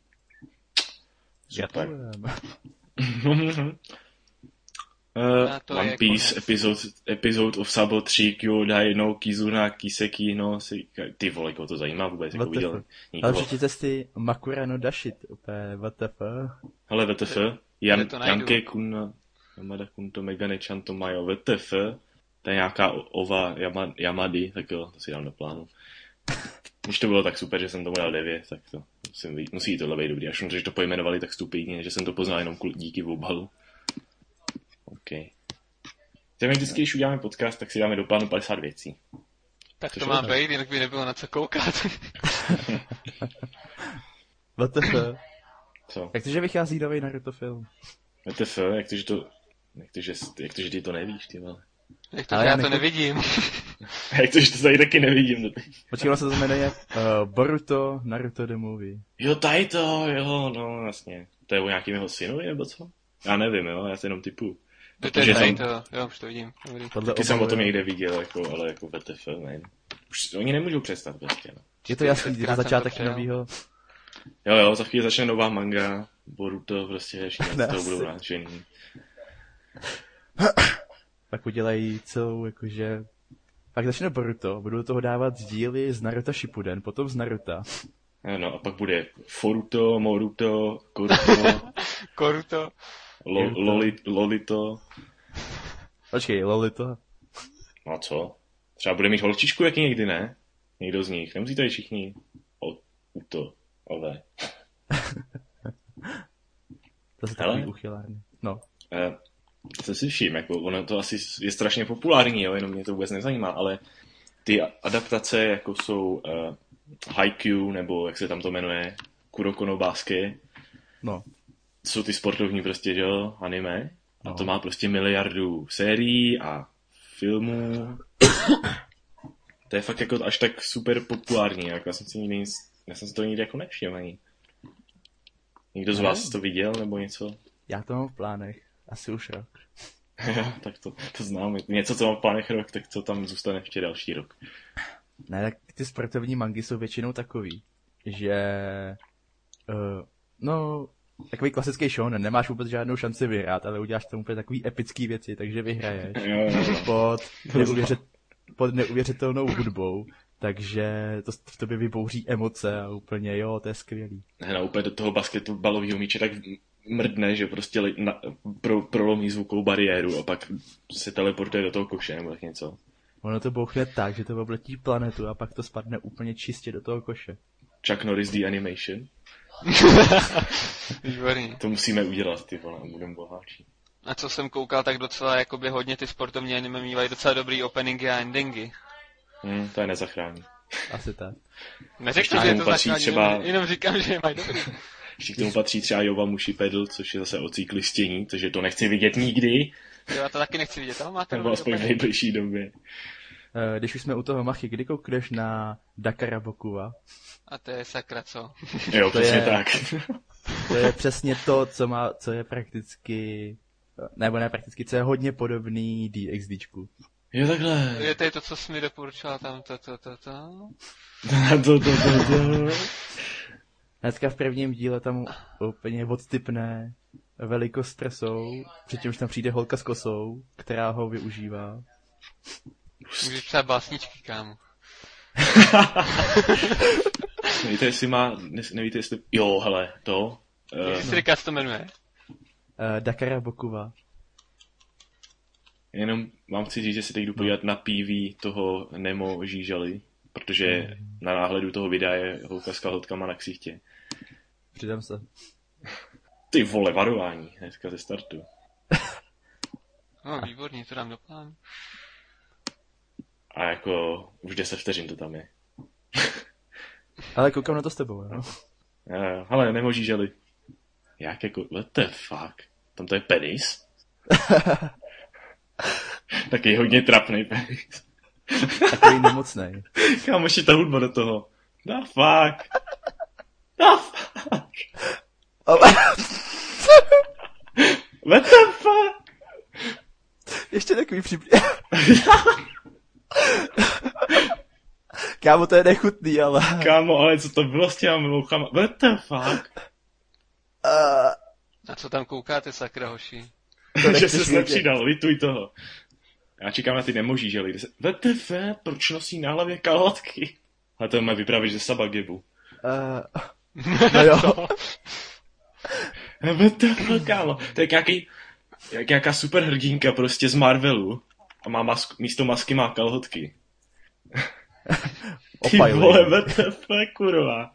Speaker 1: Super.
Speaker 4: Gratulujem.
Speaker 2: A to
Speaker 1: Uh,
Speaker 2: je
Speaker 1: One Piece,
Speaker 2: konec.
Speaker 1: episode, episode of Sabo 3, Kyodai, no, Kizuna, Kiseki, no, si, ty vole, koho to zajímá vůbec, jako
Speaker 4: What the
Speaker 1: viděl
Speaker 4: fuck?
Speaker 1: nikoho.
Speaker 4: Ale přečtěte si Makura no Dashit, úplně WTF.
Speaker 1: Hele, VTF,
Speaker 2: Kde
Speaker 1: Jan,
Speaker 2: to najdu?
Speaker 1: Janke Kun, Yamada Kun to Megane Chan to Majo, VTF, to je nějaká o- ova Yama, Yamady, tak jo, to si dám do plánu. Když to bylo tak super, že jsem tomu dal 9, tak to musím, být- musí tohle být dobrý. Až mu to, že to pojmenovali tak stupidně, že jsem to poznal jenom kvůli- díky obalu. OK. To my vždycky, když uděláme podcast, tak si dáme do plánu 50 věcí.
Speaker 2: Tak to
Speaker 1: Což
Speaker 2: má
Speaker 1: je to?
Speaker 2: být, jinak by nebylo na co koukat.
Speaker 4: WTF.
Speaker 1: Co?
Speaker 4: Jak to, že vychází nový Naruto film?
Speaker 1: VTF, jak to, že to... Jak to, že, jak to, že ty to nevíš, ty vole.
Speaker 2: Jak to,
Speaker 4: Ale
Speaker 2: že
Speaker 4: já
Speaker 2: já to
Speaker 4: nekou-
Speaker 2: nevidím.
Speaker 1: Jak to, že to tady taky nevidím. no
Speaker 4: Počkej, ono se to jmenuje uh, Boruto Naruto The Movie.
Speaker 1: Jo, tady to, jo, no jasně. To je o nějakým jeho synovi, nebo co? Já nevím, jo, já se jenom typu.
Speaker 2: To je tady
Speaker 1: Protože tam,
Speaker 2: to, jo, už to vidím. Dobrý.
Speaker 4: Podle
Speaker 1: taky jsem o tom
Speaker 4: obalu-
Speaker 1: někde viděl, jako, ale jako VTF, nevím. Už, oni nemůžou přestat prostě, no.
Speaker 4: Je to jasný, je to
Speaker 2: Čtyřikrát jsem
Speaker 4: začátek
Speaker 2: přijel.
Speaker 4: novýho.
Speaker 1: Jo, jo, za chvíli začne nová manga, Boruto, prostě všichni
Speaker 4: Ne,
Speaker 1: z toho
Speaker 4: asi.
Speaker 1: budou nadšení.
Speaker 4: Pak udělají celou, jakože... Pak začne Boruto, budou do toho dávat díly z Naruto Shippuden, potom z Naruta.
Speaker 1: No a pak bude Foruto, Moruto, Koruto,
Speaker 2: Koruto.
Speaker 1: lo, loli, Lolito.
Speaker 4: Počkej, Lolito.
Speaker 1: No a co? Třeba bude mít holčičku, jak někdy, ne? Někdo z nich. Nemusí tady všichni o, u to, ale...
Speaker 4: To se
Speaker 1: Hele.
Speaker 4: takový uchylárny. No,
Speaker 1: Eh, to si vším, jako ono to asi je strašně populární, jo, jenom mě to vůbec nezajímá, ale ty a- adaptace, jako jsou uh, Haikyuu, nebo jak se tam to jmenuje, Kuroko no Basket,
Speaker 4: no.
Speaker 1: to jsou ty sportovní prostě, že jo, anime, a
Speaker 4: No.
Speaker 1: to má prostě miliardu sérií a filmů. to je fakt jako až tak super populární, jako já jsem si nikdy nic, já jsem si to nikdy jako nevšiml ani. Někdo z
Speaker 4: Ne.
Speaker 1: vás to viděl nebo něco?
Speaker 4: Já to mám v plánech. Asi už rok.
Speaker 1: Jo, tak to, to znám. Něco, co mám v plánech rok, tak to tam zůstane ještě další rok.
Speaker 4: Ne, tak ty sportovní mangy jsou většinou takový, že uh, no, takový klasický shonen, nemáš vůbec žádnou šanci vyhrát, ale uděláš tam úplně takový epický věci, takže vyhraješ
Speaker 1: Jo, jo, jo.
Speaker 4: pod, neuvěřet, pod neuvěřitelnou hudbou, takže to v tobě vybouří emoce a úplně jo, to je skvělý.
Speaker 1: Hra úplně do toho basketbalového míče tak mrdne, že prostě li- na, pro, prolomí zvukovou bariéru a pak se teleportuje do toho koše nebo tak něco.
Speaker 4: Ono to bouchne tak, že to obletí planetu a pak to spadne úplně čistě do toho koše.
Speaker 1: Chuck Norris The Animation.
Speaker 2: Výborně.
Speaker 1: To musíme udělat, ty vole, a budeme boháči.
Speaker 2: A co jsem koukal, tak docela jakoby hodně ty sportovní anime mývají docela dobrý openingy a endingy.
Speaker 1: Hmm, to je nezachrání.
Speaker 4: Asi tak.
Speaker 2: Neřekl,
Speaker 1: Já
Speaker 2: že je to
Speaker 1: jenom patří
Speaker 2: začíná,
Speaker 1: třeba-
Speaker 2: třeba... jenom říkám, že je mají dobrý.
Speaker 1: Ještě k tomu patří třeba Jova Mushi Pedal, což je zase o cyklistění, takže to nechci vidět nikdy,
Speaker 2: Jo, já to taky nechci vidět, ale máte
Speaker 1: nebo aspoň v
Speaker 2: opening.
Speaker 1: nejbližší době.
Speaker 4: Eh, Když už jsme u toho Machy, kdy koukneš na Dakara Bokuva?
Speaker 2: A to je sakra, co?
Speaker 1: Jo,
Speaker 4: To
Speaker 1: přesně
Speaker 4: je-
Speaker 1: tak.
Speaker 4: To je přesně to, co, má, co je prakticky, nebo ne prakticky, co je hodně podobný DXDčku.
Speaker 1: Jo, takhle.
Speaker 2: Je to je to, co jsi mi doporučila tam, to, to, to, to.
Speaker 1: to, to, to, to.
Speaker 4: Hnedka v prvním díle tam úplně odtypne velikost prsou, přičemž tam přijde holka s kosou, která ho využívá.
Speaker 2: Můžeš psát básničky, kámo.
Speaker 1: Nevíte, jestli má, ne, nevíte, jestli, jo, hele, to,
Speaker 2: Jak
Speaker 1: uh,
Speaker 2: se říká, co to jmenuje?
Speaker 4: Uh, Dakara Bokuva.
Speaker 1: jenom vám chci říct, že si teď jdu podívat na PV toho Nemo Žížaly, protože na náhledu toho videa je holka s kalhotkama na ksichtě.
Speaker 4: Přidám se.
Speaker 1: Ty vole, varování, dneska ze startu.
Speaker 2: No, výborně, to dám do plánu.
Speaker 1: A jako, už 10 vteřin to tam je.
Speaker 4: Ale koukám na to s tebou, jo.
Speaker 1: Eh, Hele, Nemo Žížaly. Jak jako, what the fuck? Tam to je penis? Taky hodně trapný penis.
Speaker 4: Takový nemocnej.
Speaker 1: Kámo, ještě ta hudba do toho. Da fuck. Da fuck. What the fuck?
Speaker 4: Ještě takový příběh. Kámo, to je nechutný, ale...
Speaker 1: Kámo, ale co to bylo s těma mlouchama? What the fuck?
Speaker 4: Uh,
Speaker 2: A co tam koukáte, sakra hoši?
Speaker 1: Že
Speaker 4: nechceš
Speaker 1: se
Speaker 4: vědět.
Speaker 1: nepřidal, lituj toho. Já čekám na ty nemoží žely. What the fuck? Proč nosí na hlavě kalhotky? A to má vypravit ze Sabagebu.
Speaker 4: uh, no jo.
Speaker 1: Nebo to bylo, kámo. To je nějaký, jak nějaká superhrdinka prostě z Marvelu. A má masku, místo masky má kalhotky. Ty
Speaker 4: Opajlej.
Speaker 1: vole, VTF, kurva.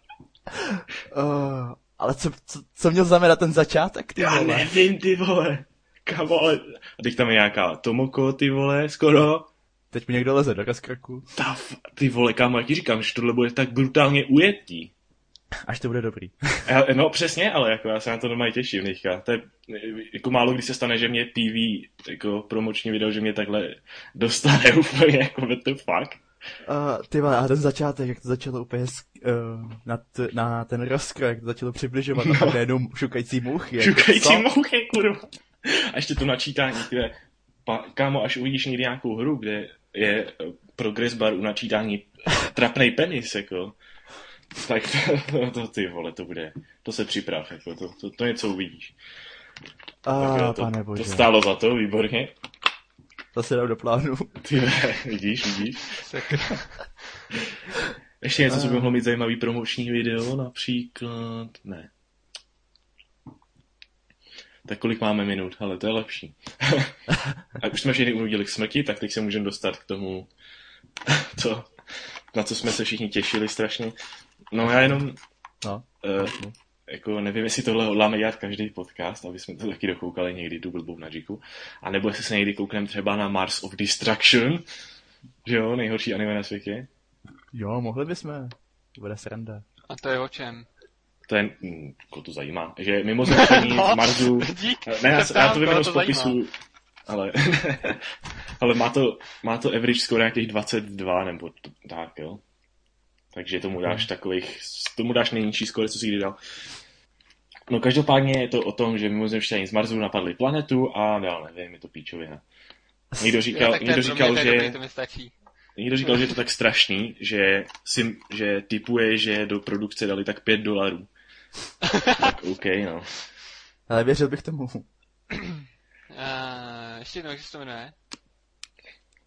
Speaker 4: Uh, ale co, co, co měl znamenat ten začátek, ty
Speaker 1: Já
Speaker 4: vole?
Speaker 1: nevím, ty vole. Kámo, ale... A teď tam je nějaká Tomoko, ty vole, skoro.
Speaker 4: Teď mi někdo leze do rozkroku.
Speaker 1: Ta, f- ty vole, kámo, já ti říkám, že tohle bude tak brutálně ujetí.
Speaker 4: Až to bude dobrý.
Speaker 1: Já- No přesně, ale jako já se na to normálně těším teďka. To je jako málo kdy se stane, že mě PV jako promoční video, že mě takhle dostane úplně jako what the fuck.
Speaker 4: Uh, ty vole, a ten začátek, jak to začalo úplně sk- uh, na, t- na ten rozkrok, jak to začalo přibližovat, no. a pak najednou šukající mouchy. jako co?
Speaker 1: Šukající mouchy, kurva. A ještě to načítání, kde, pa, kámo, až uvidíš někdy nějakou hru, kde je eh, progress bar u načítání trapnej penis, jako, tak to, to, to, ty vole, to bude, to se připrav, jako, to, to, to něco uvidíš. Tak
Speaker 4: A,
Speaker 1: jo,
Speaker 4: to, pane bože,
Speaker 1: To stálo za to, výborně.
Speaker 4: to se dám do plánu.
Speaker 1: Ty ne, vidíš, vidíš.
Speaker 2: Sakra.
Speaker 1: Ještě něco, co by
Speaker 4: Ehm.
Speaker 1: mohlo mít zajímavý promoční video, například, ne. Tak kolik máme minut? Hele, to je lepší. A už jsme všechny uvidili k smrti, tak teď se můžeme dostat k tomu, to, na co jsme se všichni těšili strašně. No já jenom,
Speaker 4: No.
Speaker 1: eh, jako nevím, jestli tohle hodláme dělat každý podcast, aby jsme to taky dokoukali někdy tu blbou nažiku. A nebo jestli se někdy koukneme třeba na Mars of Destruction, že jo, nejhorší anime na světě.
Speaker 4: Jo, mohli bychom. To bude sranda.
Speaker 2: A to je o čem?
Speaker 1: To je, hm, koho to zajímá, že mimozemštění
Speaker 2: No.
Speaker 1: z Marsu,
Speaker 2: Dík.
Speaker 1: ne, já,
Speaker 2: se
Speaker 1: já
Speaker 2: ptám,
Speaker 1: to
Speaker 2: koho
Speaker 1: vyvinu z
Speaker 2: zajímá.
Speaker 1: popisu, ale, ale má to, má to average skoro nějakých 22 nebo t- tak, jo. Takže tomu dáš takových, tomu dáš nejnižší skoro, co si kdy dal. No každopádně je to o tom, že mimozemštění z Marsu napadli planetu a dál nevím, je to píčovina. Někdo
Speaker 2: Jo,
Speaker 1: říkal,
Speaker 2: tak to je
Speaker 1: někdo
Speaker 2: pro mě,
Speaker 1: říkal
Speaker 2: to je
Speaker 1: že...
Speaker 2: dobrý, to mi stačí.
Speaker 1: Někdo říkal, že je to tak strašný, že, si, že typuje, že do produkce dali tak 5 dolarů. tak OK, no.
Speaker 4: Ale věřil bych tomu.
Speaker 2: Uh, ještě jednou, jak se to jmenuje?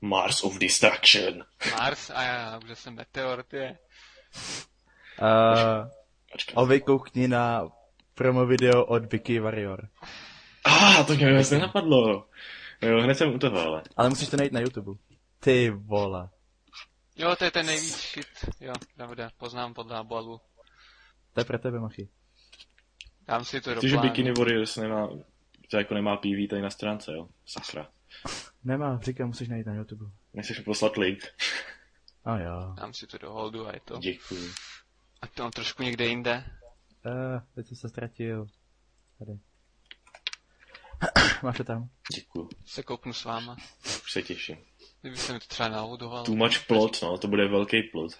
Speaker 1: Mars of Destruction.
Speaker 2: Mars a já, kde jsem meteor, ty.
Speaker 4: Uh,
Speaker 1: Počkej.
Speaker 4: Ovi koukni na promo video od Vicky Warrior.
Speaker 1: A ah, to mě vůbec nenapadlo. Jo, hned jsem u toho, ale.
Speaker 4: Ale musíš to najít na YouTube. Ty vole.
Speaker 2: Jo, to je ten nejvíc shit. Jo, pravda, poznám podle Abalu.
Speaker 4: To je pro tebe, Machy.
Speaker 2: Dám si to do
Speaker 1: Protože
Speaker 2: plánu.
Speaker 1: Bikini Warriors nemá, to jako nemá PV tady na stránce, jo. Sakra.
Speaker 4: Nemá, říkám, musíš najít na YouTube.
Speaker 1: Nechceš mi poslat link?
Speaker 4: A jo.
Speaker 2: Dám si to do holdu a je to.
Speaker 1: Děkuji.
Speaker 2: A to mám trošku někde jinde.
Speaker 4: Uh, teď jsem se ztratil. Tady. Máš to tam?
Speaker 1: Děkuji.
Speaker 2: Se kouknu s váma.
Speaker 1: Už se těším.
Speaker 2: Kdyby se mi to třeba nahodoval.
Speaker 1: Too much plot, no, to bude velký plot.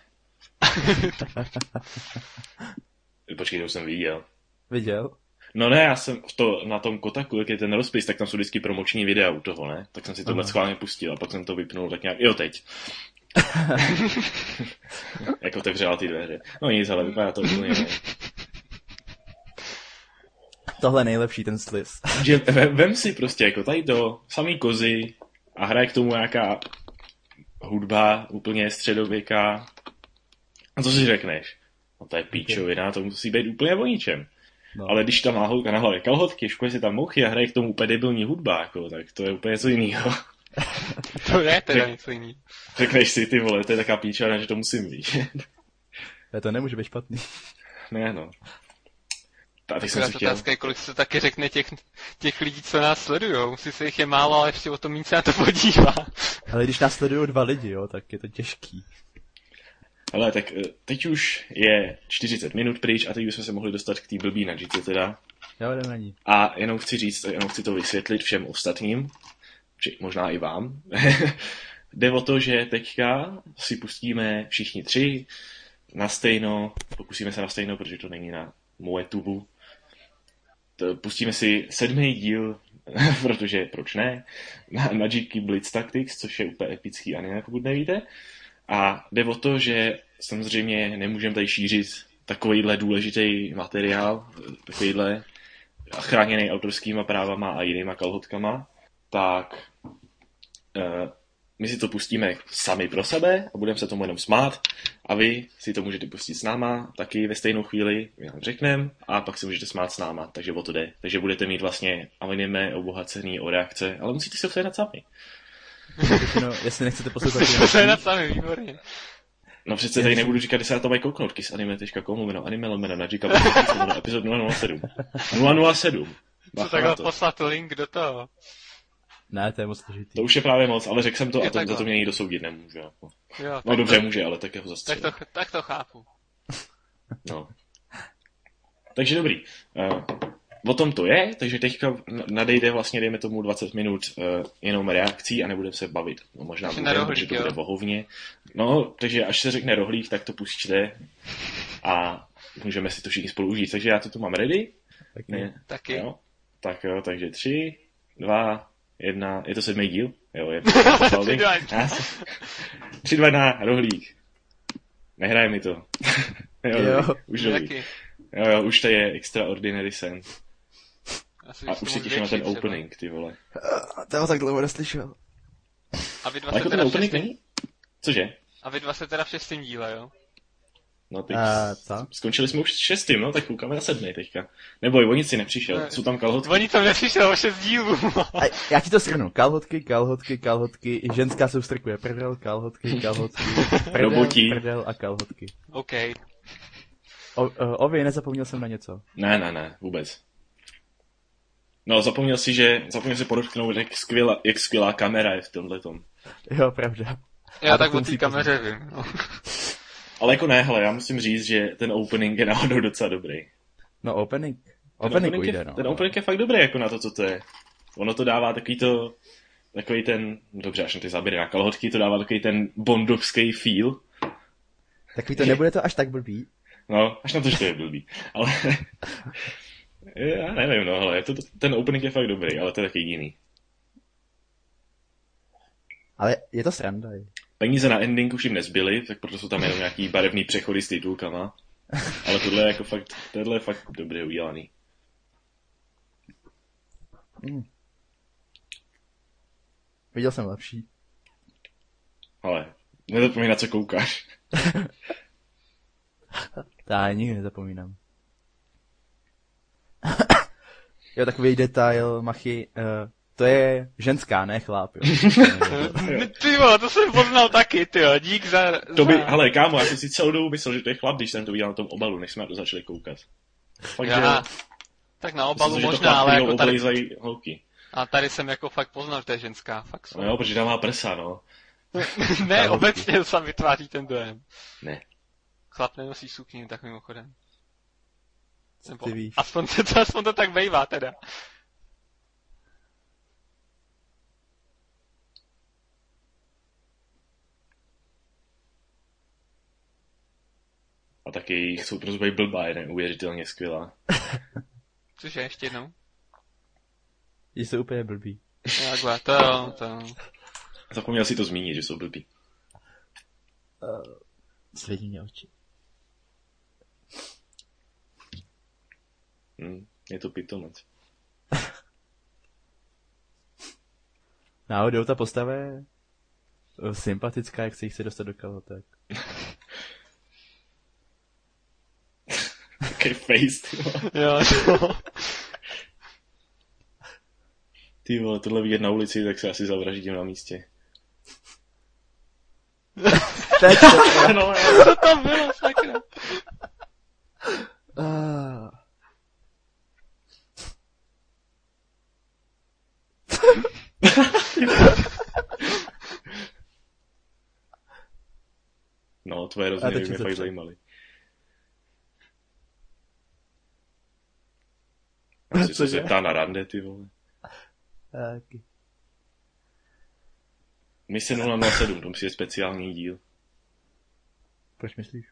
Speaker 1: Počkej, to už jsem viděl.
Speaker 4: Viděl?
Speaker 1: No ne, já jsem v to, na tom Kotaku, jak je ten rozpis, tak tam jsou vždycky promoční videa u toho, ne? Tak jsem si tohle
Speaker 4: Aha.
Speaker 1: schválně pustil a pak jsem to vypnul tak nějak, jo teď. jak otevřela ty dveře. No nic, ale vypadá to úplně jinak.
Speaker 4: Tohle je nejlepší, ten sliz.
Speaker 1: že ve- vem si prostě jako tady to, samý kozy a hraje k tomu nějaká hudba úplně středověká. A co si řekneš? No to je píčovina, to musí být úplně o ničem.
Speaker 4: No.
Speaker 1: Ale když tam má holka na hlavě kalhotky, škuje si tam mouchy a hraje k tomu úplně debilní hudba, jako, tak to je úplně něco jiného.
Speaker 2: To je teda něco jiný.
Speaker 1: Řekneš si, ty vole, to je taká píčovina, že to musím vidět.
Speaker 4: Ale to nemůže být špatný.
Speaker 1: ne, no. A teď jsem si
Speaker 2: Akorát
Speaker 1: chtěl...
Speaker 2: otázka je, kolik se taky řekne těch, těch lidí, co nás sledují. Musí se jich je málo, ale ještě o tom víc se na to podívá.
Speaker 4: Ale když nás sledují dva lidi, jo, tak je to těžký.
Speaker 1: Hele, tak eh, teď už je 40 minut pryč a teď už jsme se mohli dostat k té blbý nadžitě E, teda.
Speaker 4: Jo, jdeme na ní.
Speaker 1: A jenom chci říct, jenom chci to vysvětlit všem ostatním, či možná i vám. Jde o to, že teďka si pustíme všichni tři na stejno, pokusíme se na stejno, protože to není na moje tubu. T- Pustíme si sedmý díl, protože proč ne, na Magic Blitz Tactics, což je úplně epický anime, pokud nevíte. A jde o to, že samozřejmě nemůžeme tady šířit takovýhle důležitý materiál, takovýhle chráněný autorskýma právama a jinýma kalhotkama, tak uh, my si to pustíme sami pro sebe a budeme se tomu jenom smát a vy si to můžete pustit s náma taky ve stejnou chvíli, my vám řekneme a pak si můžete smát s náma, takže o to jde. Takže budete mít vlastně anime obohacený o reakce, ale musíte si to sehnat sami.
Speaker 4: No, jestli nechcete poslouchat
Speaker 2: Musíš to se
Speaker 4: jinak,
Speaker 2: na sami, výborně.
Speaker 1: No přece tady nebudu říkat, kde se na to mají kouknout, kisanime.com, lomeno anime, lomeno na říkám, epizod 007. 007.
Speaker 2: Co
Speaker 1: Bacha na
Speaker 2: takhle
Speaker 1: to.
Speaker 2: poslat link do toho?
Speaker 4: ne, to je moc složitý.
Speaker 1: to už je právě moc, ale řekl jsem to
Speaker 2: Je
Speaker 1: a to, za to
Speaker 2: takhle.
Speaker 1: mě nikdo soudit nemůže. Jako.
Speaker 2: Jo, tak,
Speaker 1: No dobře, může, ale tak ho
Speaker 2: tak,
Speaker 1: zastřelil.
Speaker 2: to, tak to chápu.
Speaker 1: No. Takže dobrý. Uh, o tom to je, takže teďka n- nadejde vlastně, dejme tomu, 20 minut uh, jenom reakcí a nebudeme se bavit. No, možná
Speaker 2: Takže
Speaker 1: budeme,
Speaker 2: na rohlík,
Speaker 1: protože to
Speaker 2: jo.
Speaker 1: bude bohovně. No, takže až se řekne rohlík, tak to pustíte a můžeme si to všichni spolu užít. Takže já to tu mám ready.
Speaker 4: Tak ne.
Speaker 1: Ne,
Speaker 2: Taky.
Speaker 1: jo. Tak jo, takže tři, dva, jedna, je to sedmý díl? Jo, je.
Speaker 2: Tři, dva, jedna.
Speaker 1: Já se- tři, dva, jedna, rohlík. Nehraje mi to. jo,
Speaker 4: Jo.
Speaker 1: dobrý, už dobrý.
Speaker 2: Taky.
Speaker 1: Jo, jo, už to je Extraordinary Sen.
Speaker 2: Asi
Speaker 1: A
Speaker 2: bych
Speaker 1: už
Speaker 2: tomu
Speaker 1: se těším na
Speaker 2: zvětšil
Speaker 1: ten
Speaker 2: třeba.
Speaker 1: opening, ty vole.
Speaker 4: Eh, To ho tak dlouho neslyšel.
Speaker 2: A vy dva
Speaker 1: Ale
Speaker 2: se
Speaker 1: jako ten
Speaker 2: No, teda v
Speaker 1: opening
Speaker 2: šestém,
Speaker 1: není? Cože?
Speaker 2: a vy dva se teda v šestém díle, jo?
Speaker 1: No, teď
Speaker 4: A,
Speaker 1: s-
Speaker 4: Eh, co?
Speaker 1: skončili jsme už s šestým, no, tak koukáme na sedmý teďka. Neboj, o nic si nepřišel,
Speaker 2: Ne.
Speaker 1: jsou tam kalhotky.
Speaker 2: Oni tam nepřišel o šest dílů.
Speaker 4: A já ti to shrnu. Kalhotky, kalhotky, kalhotky, i ženská se ustrkuje. Prdel, kalhotky, kalhotky, prdel,
Speaker 1: Robotí.
Speaker 4: prdel a kalhotky.
Speaker 2: OK.
Speaker 4: O, eh, o, ovi, nezapomněl jsem na něco.
Speaker 1: Ne, ne, ne, vůbec. No, zapomněl si, že, zapomněl si podotknout, jak skvělá, jak skvělá kamera je v tomhle tom.
Speaker 4: Jo, pravda.
Speaker 2: Já
Speaker 4: A
Speaker 2: tak
Speaker 4: to
Speaker 2: o
Speaker 4: musí
Speaker 2: té kameře vím. No.
Speaker 1: Ale jako ne, hele, já musím říct, že ten opening je náhodou docela dobrý.
Speaker 4: No, opening.
Speaker 1: Ten
Speaker 4: Opening
Speaker 1: opening,
Speaker 4: ujde,
Speaker 1: je,
Speaker 4: no.
Speaker 1: ten opening je fakt dobrý, jako na to, co to je. Ono to dává takový to, takový ten, dobře, až na ty záběry na kalhotky, to dává takový ten bondovský feel,
Speaker 4: Takový to nebude to až tak blbý.
Speaker 1: No, až na to, že to je blbý. Ale já nevím, no, ale to, ten opening je fakt dobrý, ale to je taky jiný.
Speaker 4: Ale je to sranda. je.
Speaker 1: Peníze na ending už jim nezbyly, tak proto jsou tam jenom nějaký barevný přechody s titulkama. Ale tohle je jako fakt, tohle je fakt dobře udělaný.
Speaker 4: Viděl jsem lepší.
Speaker 1: Ale nezapomeň, na co koukáš.
Speaker 4: Já nikdy nezapomínám. jo, takový detail, Machy, uh, to je ženská, ne chláp, jo.
Speaker 2: Ty vole, to jsem poznal taky, ty jo. Dík za...
Speaker 1: To by,
Speaker 2: za...
Speaker 1: hele, kámo, já jsem si celou dobu myslel, že to je chlap, když jsem to viděl na tom obalu, než jsme na to začali koukat. Fakt,
Speaker 2: Já,
Speaker 1: že,
Speaker 2: tak na
Speaker 1: myslím,
Speaker 2: obalu
Speaker 1: si, že to
Speaker 2: možná,
Speaker 1: chlap,
Speaker 2: ale
Speaker 1: který ho
Speaker 2: jako tady,
Speaker 1: oblízají holky.
Speaker 2: a tady jsem jako fakt poznal, že to je ženská, fakt jsou.
Speaker 1: No jo, protože tam má prsa, no.
Speaker 2: ne,
Speaker 1: Tak.
Speaker 2: obecně sám vytváří ten dojem.
Speaker 1: Ne.
Speaker 2: Chlap nenosí sukni, tak mimochodem. Nebo,
Speaker 4: Ty víš.
Speaker 2: aspoň, to, aspoň to tak vejvá teda.
Speaker 1: A taky jejich souprozba je blbá, je neuvěřitelně skvělá.
Speaker 2: Cože, ještě jednou?
Speaker 4: Že jsou úplně blbý.
Speaker 2: Jaguar, to jo, to jo.
Speaker 1: Zapomněl si to zmínit, že jsou blbí.
Speaker 4: Svědí mě oči.
Speaker 1: Hm, je to pitomec.
Speaker 4: Náhodou ta postava je eh, sympatická, jak se jí chce dostat do kalotek.
Speaker 1: Takový face, ty vole.
Speaker 2: Jo, jo.
Speaker 1: Ty vole, tohle vidět na ulici, tak se asi zavraždím na místě.
Speaker 4: Teď
Speaker 1: No,
Speaker 2: Co to bylo, sakra?
Speaker 4: Ah.
Speaker 1: no tvoje rozměry mě
Speaker 4: teď jsem se
Speaker 1: fakt
Speaker 4: před-
Speaker 1: zajímaly. Asi Prostě se
Speaker 4: Cože?
Speaker 1: zeptá na rande, ty vole.
Speaker 4: Tak.
Speaker 1: Mise 007, to je speciální díl.
Speaker 4: Proč myslíš?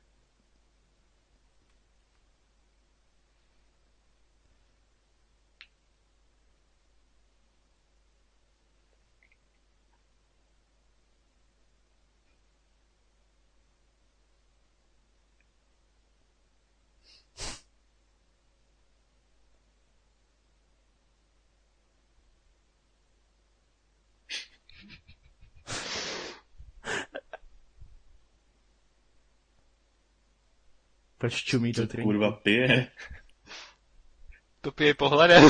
Speaker 4: Proč čumí do
Speaker 1: Co
Speaker 4: trinku?
Speaker 1: kurva pije?
Speaker 2: To pije pohledem.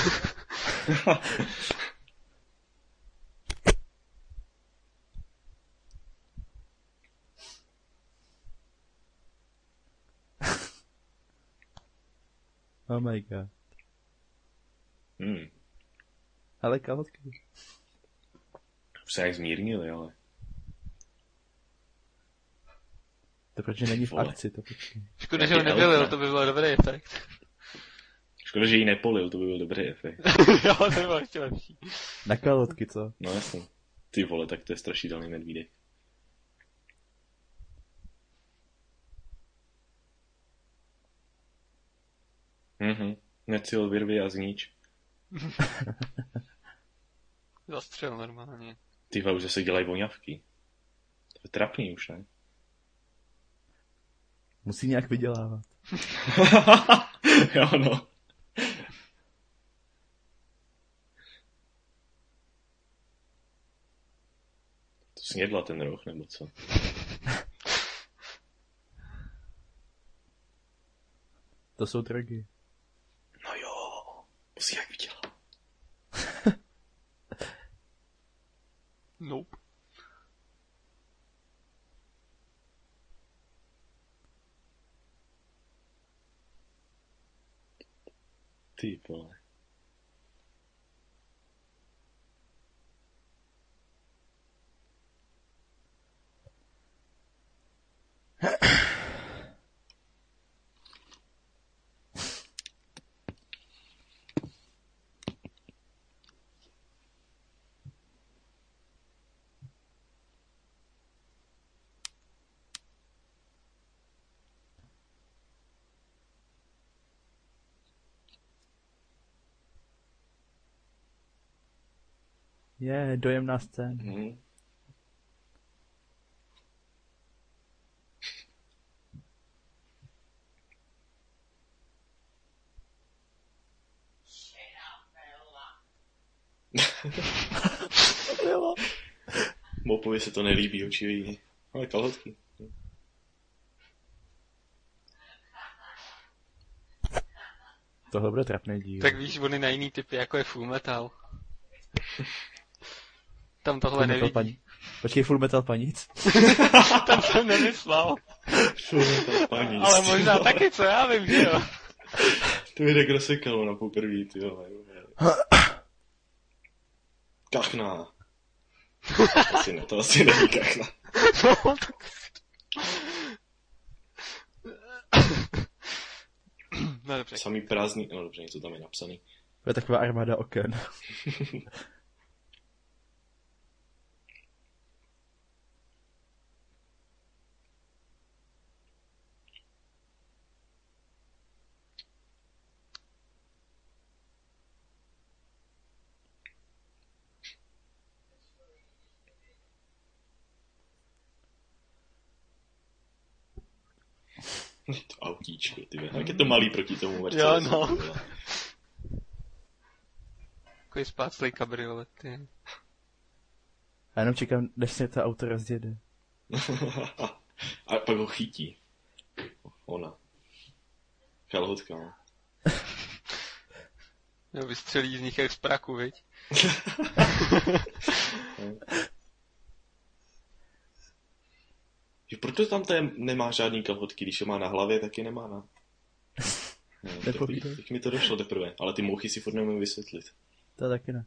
Speaker 4: Oh my god.
Speaker 1: Hmm,
Speaker 4: Ale kalotky.
Speaker 1: už se nějak zmírnili, ale...
Speaker 4: To proč že není v
Speaker 1: Vole.
Speaker 4: akci, to počkej.
Speaker 2: Škoda,
Speaker 1: Jaký
Speaker 2: že ho nevylil,
Speaker 1: elfman.
Speaker 2: to by byl dobrý efekt.
Speaker 1: Škoda, že ji nepolil, to by byl dobrý efekt.
Speaker 2: jo, to by bylo ještě lepší.
Speaker 4: Na kalotky, co?
Speaker 1: No jasně. Ty vole, tak to je strašidelný medvídek. Mhm, necíl vyrvi a znič.
Speaker 2: Zastřel normálně.
Speaker 1: Ty vole, už zase dělají voňavky. To je trapný už, ne?
Speaker 4: Musí nějak vydělávat.
Speaker 1: jo, no. To snědla ten roh, nebo co?
Speaker 4: To jsou drogy.
Speaker 1: No jo, musí jak viděla.
Speaker 2: Nope.
Speaker 1: Ty vole.
Speaker 4: Je, dojemná scéna.
Speaker 1: Mhm.
Speaker 4: Jo.
Speaker 1: Mopovi se to nelíbí, očividně. Ale kalhotky.
Speaker 4: Tohle bude trapný díl.
Speaker 2: Tak víš, on je na jiný typy, jako je Full Metal. Tam tohle
Speaker 4: Full Metal
Speaker 2: nevidí.
Speaker 4: Pani- Počkej, full metal panic.
Speaker 2: Tam jsem nemyslel.
Speaker 1: Paní,
Speaker 2: Ale možná taky, co já vím, že jo.
Speaker 1: To jde k rozsekalo na poprví, ty jo. Kachna. Asi ne, to asi není kachna.
Speaker 2: No, tak... No dobře.
Speaker 1: Samý prázdný, no dobře, něco tam je napsaný.
Speaker 4: To je taková armáda oken.
Speaker 1: To autíčko, ty vole. Jak je to malý proti tomu
Speaker 2: Jo, no.
Speaker 1: ty vole.
Speaker 2: Takový jako spáclej kabriolet, ty.
Speaker 4: Já jenom čekám, než se to auto rozjede.
Speaker 1: A pak ho chytí. Ona. Kalhotka, no.
Speaker 2: Jo, vystřelí z nich jak z praku, viď?
Speaker 1: Že proto tam ten nemá žádný kalhotky, když je má na hlavě, tak je nemá na... No,
Speaker 4: Nepovídej.
Speaker 1: tak- tak mi to došlo teprve, ale ty mouchy si furt nemůžu vysvětlit.
Speaker 4: To taky ne.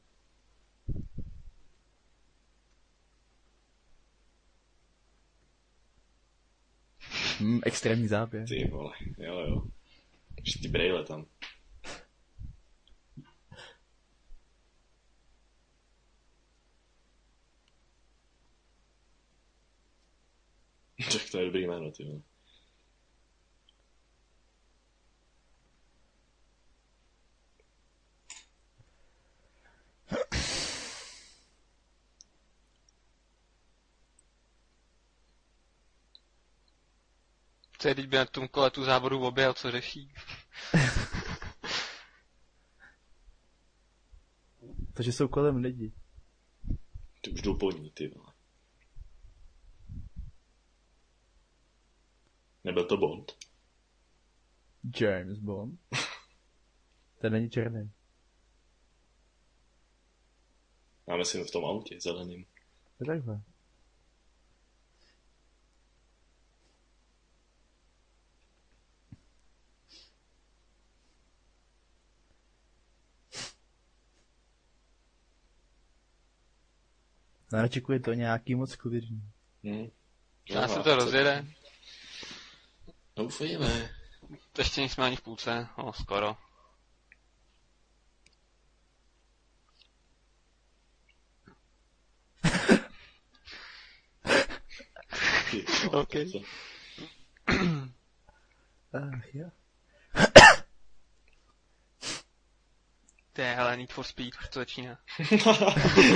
Speaker 4: Hmm, extrémní záběr.
Speaker 1: Ty vole, jo jo. Ještě ty brejle tam. Tak to je dobrý jméno, ty vole.
Speaker 2: Co je, teď by na tom kole tu závodu objel, co řeší?
Speaker 4: To, že jsou kolem lidi.
Speaker 1: Ty už jdou po ní, ty vole. Nebyl to Bond?
Speaker 4: James Bond. Ten není černý.
Speaker 1: Máme si v tom autě, zeleným.
Speaker 4: To je takhle. No, je to nějaký moc klidný.
Speaker 1: Hm.
Speaker 2: Já se to rozjede.
Speaker 1: No, Doufejme.
Speaker 2: To ještě nejsme ani v půlce, no skoro.
Speaker 1: Ty vole,
Speaker 2: Ok.
Speaker 1: co?
Speaker 4: Ach, jo.
Speaker 2: To je, hele, Need for Speed, už to začíná.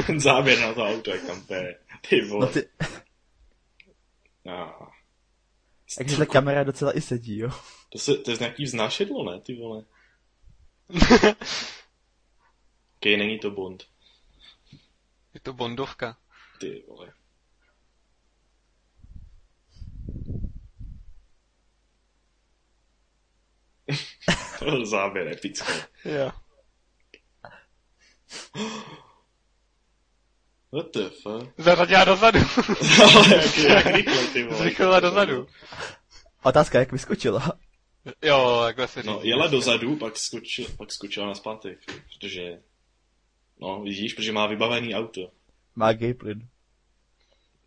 Speaker 1: Ten záběr na to auto, jak tam pere. Ty vole.
Speaker 4: No ty,
Speaker 1: Ah.
Speaker 4: takže ta kamera docela i sedí, jo.
Speaker 1: To, se, to je nějaký vznášedlo, ne, ty vole? Okej, není to Bond.
Speaker 2: Je to bondovka.
Speaker 1: Ty vole. to byl záběr epický.
Speaker 2: Jo.
Speaker 1: What the fuck?
Speaker 2: Zařadila dozadu.
Speaker 1: Ale jak, jak rychle, ty vole.
Speaker 2: Zrychlila dozadu.
Speaker 4: Otázka, jak vyskočila.
Speaker 2: Jo, takhle se
Speaker 1: No, jela dozadu, pak, skočil, pak skočila na zpátek, protože... No, vidíš, protože má vybavený auto.
Speaker 4: Má gay plyn.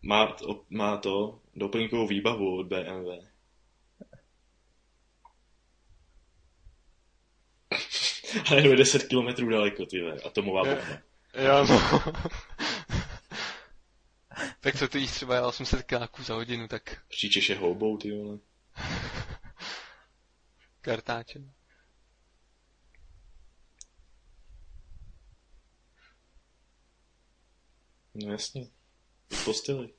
Speaker 1: Má, to- má to doplňkovou výbavu od BMW. Ale jde 10 kilometrů daleko, ty vole, atomová
Speaker 2: Jo.
Speaker 1: bomba.
Speaker 2: Jo, no. tak co ty jíš třeba jela 800 kiláků za hodinu, tak
Speaker 1: Příčeš je houbou, ty vole.
Speaker 2: kartáčem.
Speaker 1: No jasně. V posteli.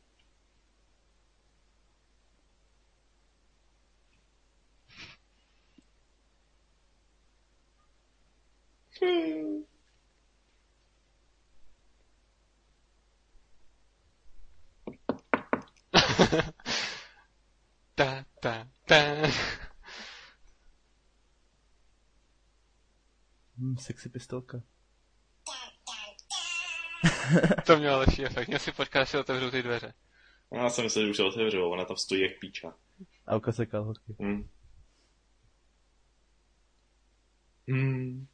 Speaker 1: Hmm.
Speaker 2: ta, ta, ta.
Speaker 4: Hmm, sexy pistolka.
Speaker 2: To mělo lepší efekt. Měl si počkat, až si otevřu ty dveře.
Speaker 1: No, já jsem myslel, že už se otevřelo, ona tam stojí jak píča.
Speaker 4: Auka se kalhotky.
Speaker 1: Hm. Hm.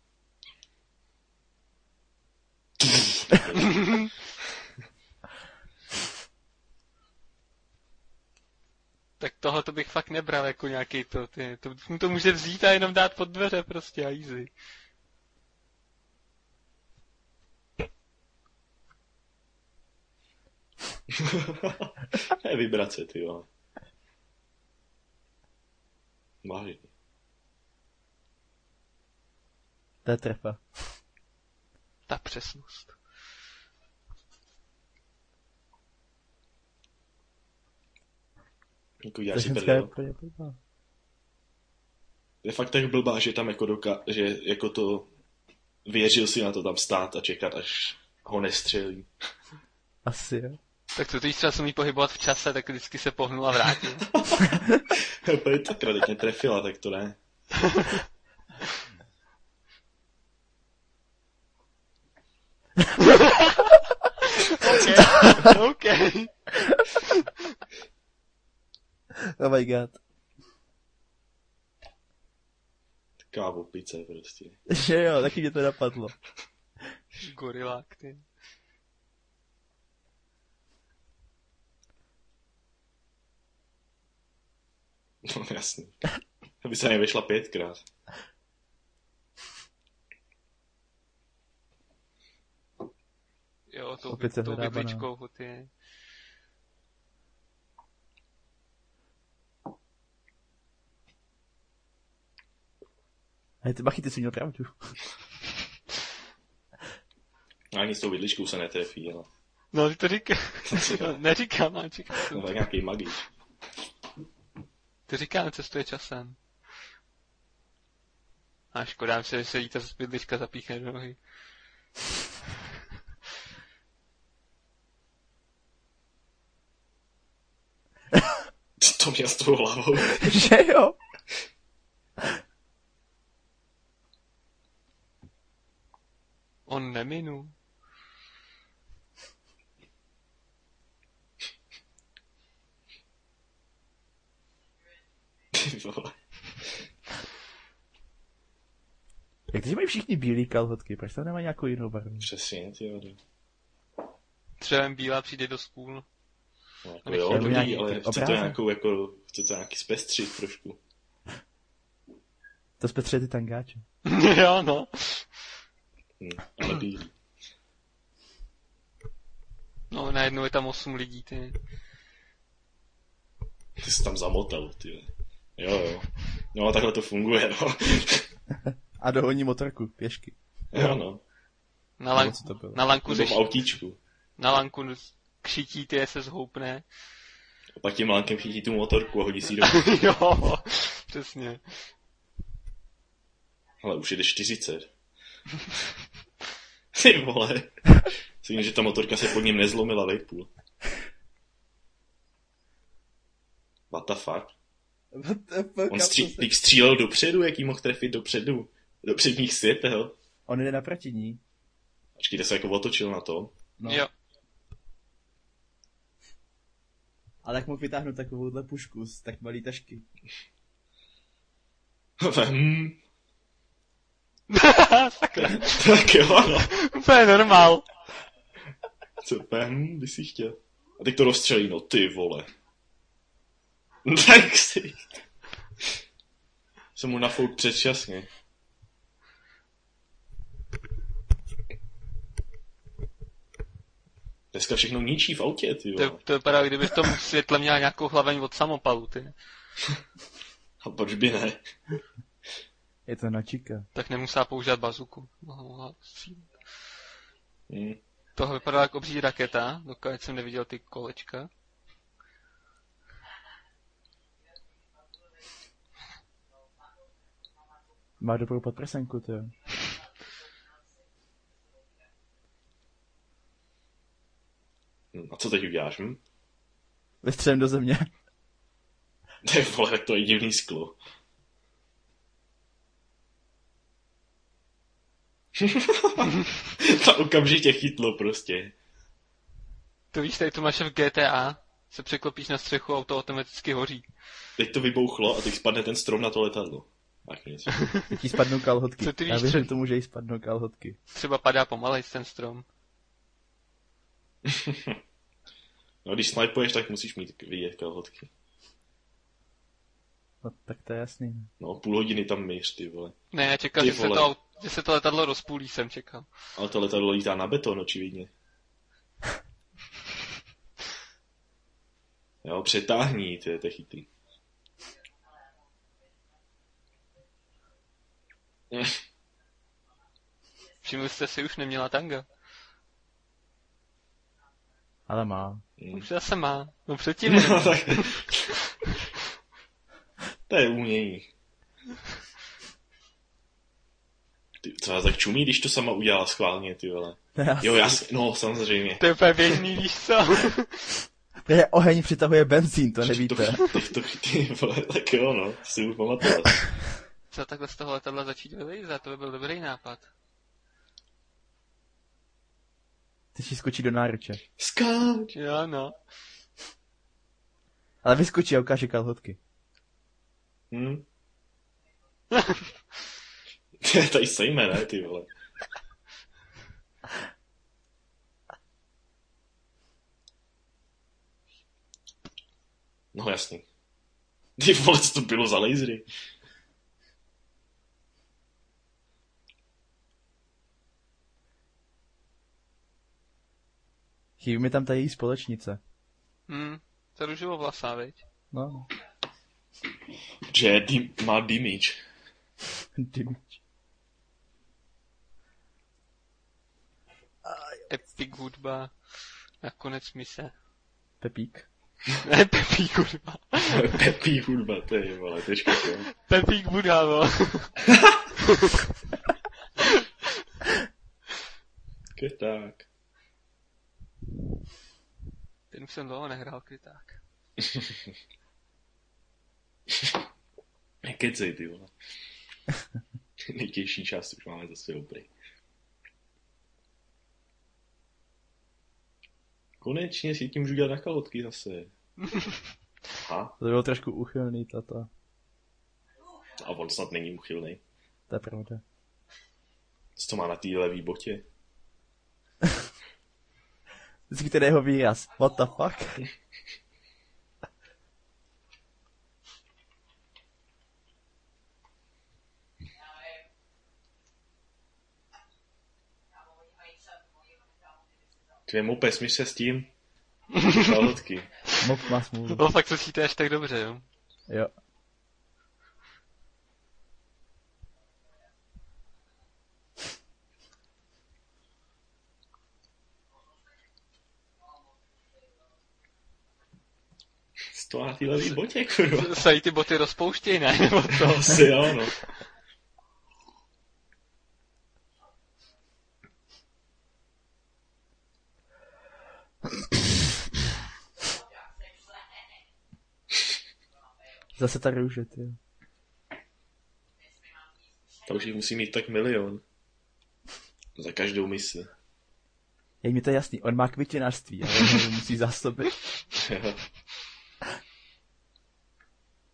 Speaker 2: Tak tohle to bych fakt nebral jako nějaký to, ty, to, mu to může vzít a jenom dát pod dveře prostě a easy.
Speaker 1: To je vibrace, ty vole. Vážně.
Speaker 4: To je trefa.
Speaker 2: Ta přesnost.
Speaker 1: Jako
Speaker 4: Ta
Speaker 1: já si
Speaker 4: ženská je
Speaker 1: prdel.
Speaker 4: úplně blbá.
Speaker 1: Je fakt tak blbá, že tam jako doka, že jako to věřil si na to tam stát a čekat, až ho nestřelí.
Speaker 4: Asi jo.
Speaker 2: Tak to když třeba se umí pohybovat v čase, tak vždycky se pohnul a vrátil.
Speaker 1: Úplně tak teď mě trefila, tak to ne.
Speaker 2: OK, OK.
Speaker 4: Oh my god.
Speaker 1: Kávu, pice prostě.
Speaker 4: Že jo, taky mě to napadlo.
Speaker 2: Gorilák, ty.
Speaker 1: No jasně. Aby se nevyšla pětkrát.
Speaker 2: Jo, tou,
Speaker 4: Opět se
Speaker 2: tou
Speaker 4: hledá banán.
Speaker 2: bydličkou, ty.
Speaker 4: Ale ty machy, ty jsi měl pravdu.
Speaker 1: No, Ani s tou vidličkou se netrefí, ale
Speaker 2: No, ty to říká.
Speaker 1: si jo.
Speaker 2: Neříkám, ale čekám.
Speaker 1: no, tak nějaký magíč.
Speaker 2: Ty říkám, cestuje časem. A škoda se, že se jí ta zbydlička zapíchne do nohy.
Speaker 1: To mě s tou hlavou.
Speaker 4: Že jo?
Speaker 2: On neminu.
Speaker 1: Ty vole.
Speaker 4: Jak to, že mají všichni bílé kalhotky, proč tam nemají nějakou jinou barvu?
Speaker 1: Přesně, ty vole.
Speaker 2: Třevem bílá přijde do spůl.
Speaker 1: No, jako
Speaker 2: Ale
Speaker 1: jo,
Speaker 2: chtěl
Speaker 1: dobrý,
Speaker 4: nějaký
Speaker 1: ale
Speaker 4: ten
Speaker 1: chce to
Speaker 4: obrázek.
Speaker 1: nějakou, jako, chce to nějaký zpestřit trošku.
Speaker 4: To zpětře ty tangáče.
Speaker 2: jo, no.
Speaker 1: Hm, ale bílý.
Speaker 2: No, najednou je tam osm lidí, ty.
Speaker 1: Ty jsi tam zamotal, ty vole. Jo, jo. No, takhle to funguje, no.
Speaker 4: A dohoní motorku, pěšky.
Speaker 1: Jo, no.
Speaker 2: Na
Speaker 4: Nebo
Speaker 2: lanku,
Speaker 4: co No, to bylo?
Speaker 2: na lanku,
Speaker 1: Nebo
Speaker 2: řeš,
Speaker 1: v autíčku.
Speaker 2: na lanku křití, ty se zhoupne.
Speaker 1: A pak tím lánkem chytí tu motorku a hodí si ji do...
Speaker 2: jo, přesně.
Speaker 1: Ale už jede 40. Ty vole. Myslím, že ta motorka se pod ním nezlomila vejpůl. What the fuck? On stří,
Speaker 4: prostě-
Speaker 1: když střílel dopředu, jak jí mohl trefit dopředu? Do předních světel.
Speaker 4: On jde naproti ní.
Speaker 1: Ačkejte se jako otočil na to.
Speaker 4: No.
Speaker 2: Jo.
Speaker 4: A tak mohl vytáhnout takovouhle pušku z tak malý tašky.
Speaker 1: Hm,
Speaker 2: Sakra,
Speaker 1: tak jo, no.
Speaker 2: úplně normál.
Speaker 1: Co hm, by si chtěl. A teď to rozstřelí, no ty vole. Tak si. Jsem mu nafouk předčasně. Dneska všechno ničí v autě, ty
Speaker 2: To,
Speaker 1: vole.
Speaker 2: to vypadá, kdyby v tom světle měla nějakou hlaveň od samopalu, ty.
Speaker 1: A proč by ne?
Speaker 4: Je to načika.
Speaker 2: Tak nemusela používat bazuku. Mohla- mohla střílet.
Speaker 1: Hm.
Speaker 2: Tohle vypadá jako obří raketa, dokud jsem neviděl ty kolečka.
Speaker 4: Má dobrou podprsenku, to jo.
Speaker 1: Hm, A co teď uděláš, hm?
Speaker 4: Vystřelím do země.
Speaker 1: Ty vole, tak to je divný sklo. to okamžitě chytlo prostě.
Speaker 2: To víš, tady to máš v GTA, se překlopíš na střechu a auto automaticky hoří.
Speaker 1: Teď to vybouchlo a teď spadne ten strom na to letadlo. Tak něco.
Speaker 4: Teď jí spadnou kalhotky.
Speaker 2: Co ty víš,
Speaker 4: Já věřím
Speaker 2: co-
Speaker 4: tomu, že jí spadnou kalhotky.
Speaker 2: Třeba padá pomalej ten strom.
Speaker 1: No když snipuješ, tak musíš mít vidět kalhotky.
Speaker 4: No, tak to je jasný.
Speaker 1: No, půl hodiny tam míř, ty vole.
Speaker 2: Ne, já čekal,
Speaker 1: Ty
Speaker 2: že se,
Speaker 1: vole.
Speaker 2: to, au- že se to letadlo rozpůlí, jsem čekal.
Speaker 1: Ale to letadlo lítá na beton, očividně. Jo, přetáhní, to je, to je chytrý.
Speaker 2: Všimli jste si, už neměla tanga.
Speaker 4: Ale má.
Speaker 2: Už zase má. No předtím
Speaker 1: No,
Speaker 2: neměla.
Speaker 1: tak... to je umění. Ty, co vás tak čumí, když to sama udělala schválně, ty vole.
Speaker 4: To je
Speaker 1: Jo, já si... No, samozřejmě.
Speaker 2: To je úplně běžný, víš co?
Speaker 4: Protože oheň přitahuje benzín, to nevíte.
Speaker 1: To, to, to, ty vole, tak jo, no, to si už pamatoval.
Speaker 2: Co takhle z toho letadla začít vylejzat, to by byl dobrý nápad.
Speaker 4: Ty si skočí do náruče.
Speaker 1: Skáč!
Speaker 2: Jo, no.
Speaker 4: Ale vyskočí a ukáže kalhotky.
Speaker 1: Hm? To je tady sejme, ne, ty vole. No jasný. Ty vole, co to bylo za lasery?
Speaker 4: Chybí mi tam ta její společnice.
Speaker 2: Hm, to růžovo vlasá, viď?
Speaker 4: No,
Speaker 1: Že je dim, má damage.
Speaker 4: dimič.
Speaker 2: Epic hudba. Nakonec mise.
Speaker 4: Pepík.
Speaker 2: Ne, Pepík hudba.
Speaker 1: Pepí hudba, to je vole, tečka.
Speaker 2: Pepík Buda, no.
Speaker 1: Tak.
Speaker 2: Ten už jsem dlouho nehrál kryták.
Speaker 1: Kecej, ty vole. Nejtěžší část už máme zase dobrý. Konečně si tím můžu dělat na kalotky zase. Aha,
Speaker 4: To bylo trošku uchylný, tato.
Speaker 1: a on snad není uchylný.
Speaker 4: To je pravda.
Speaker 1: Co to má na té levý botě?
Speaker 4: Vždycky ten jeho výraz. What the fuck?
Speaker 1: Ty mope, smíš se s tím? Kalotky.
Speaker 4: Mop má
Speaker 2: To
Speaker 4: smůlu.
Speaker 2: bylo No, fakt slyšíte až tak dobře, jo?
Speaker 4: Jo.
Speaker 1: Co to má na té levý botě, kurva?
Speaker 2: Se jí ty boty rozpouštějí, ne? Nebo
Speaker 1: To
Speaker 2: to?
Speaker 1: asi jo, no.
Speaker 4: Zase ta růže, ty.
Speaker 1: To už jich musí mít tak milion. Za každou misi.
Speaker 4: Jak mi to je jasný, on má květinářství, ale on ho musí zásobit.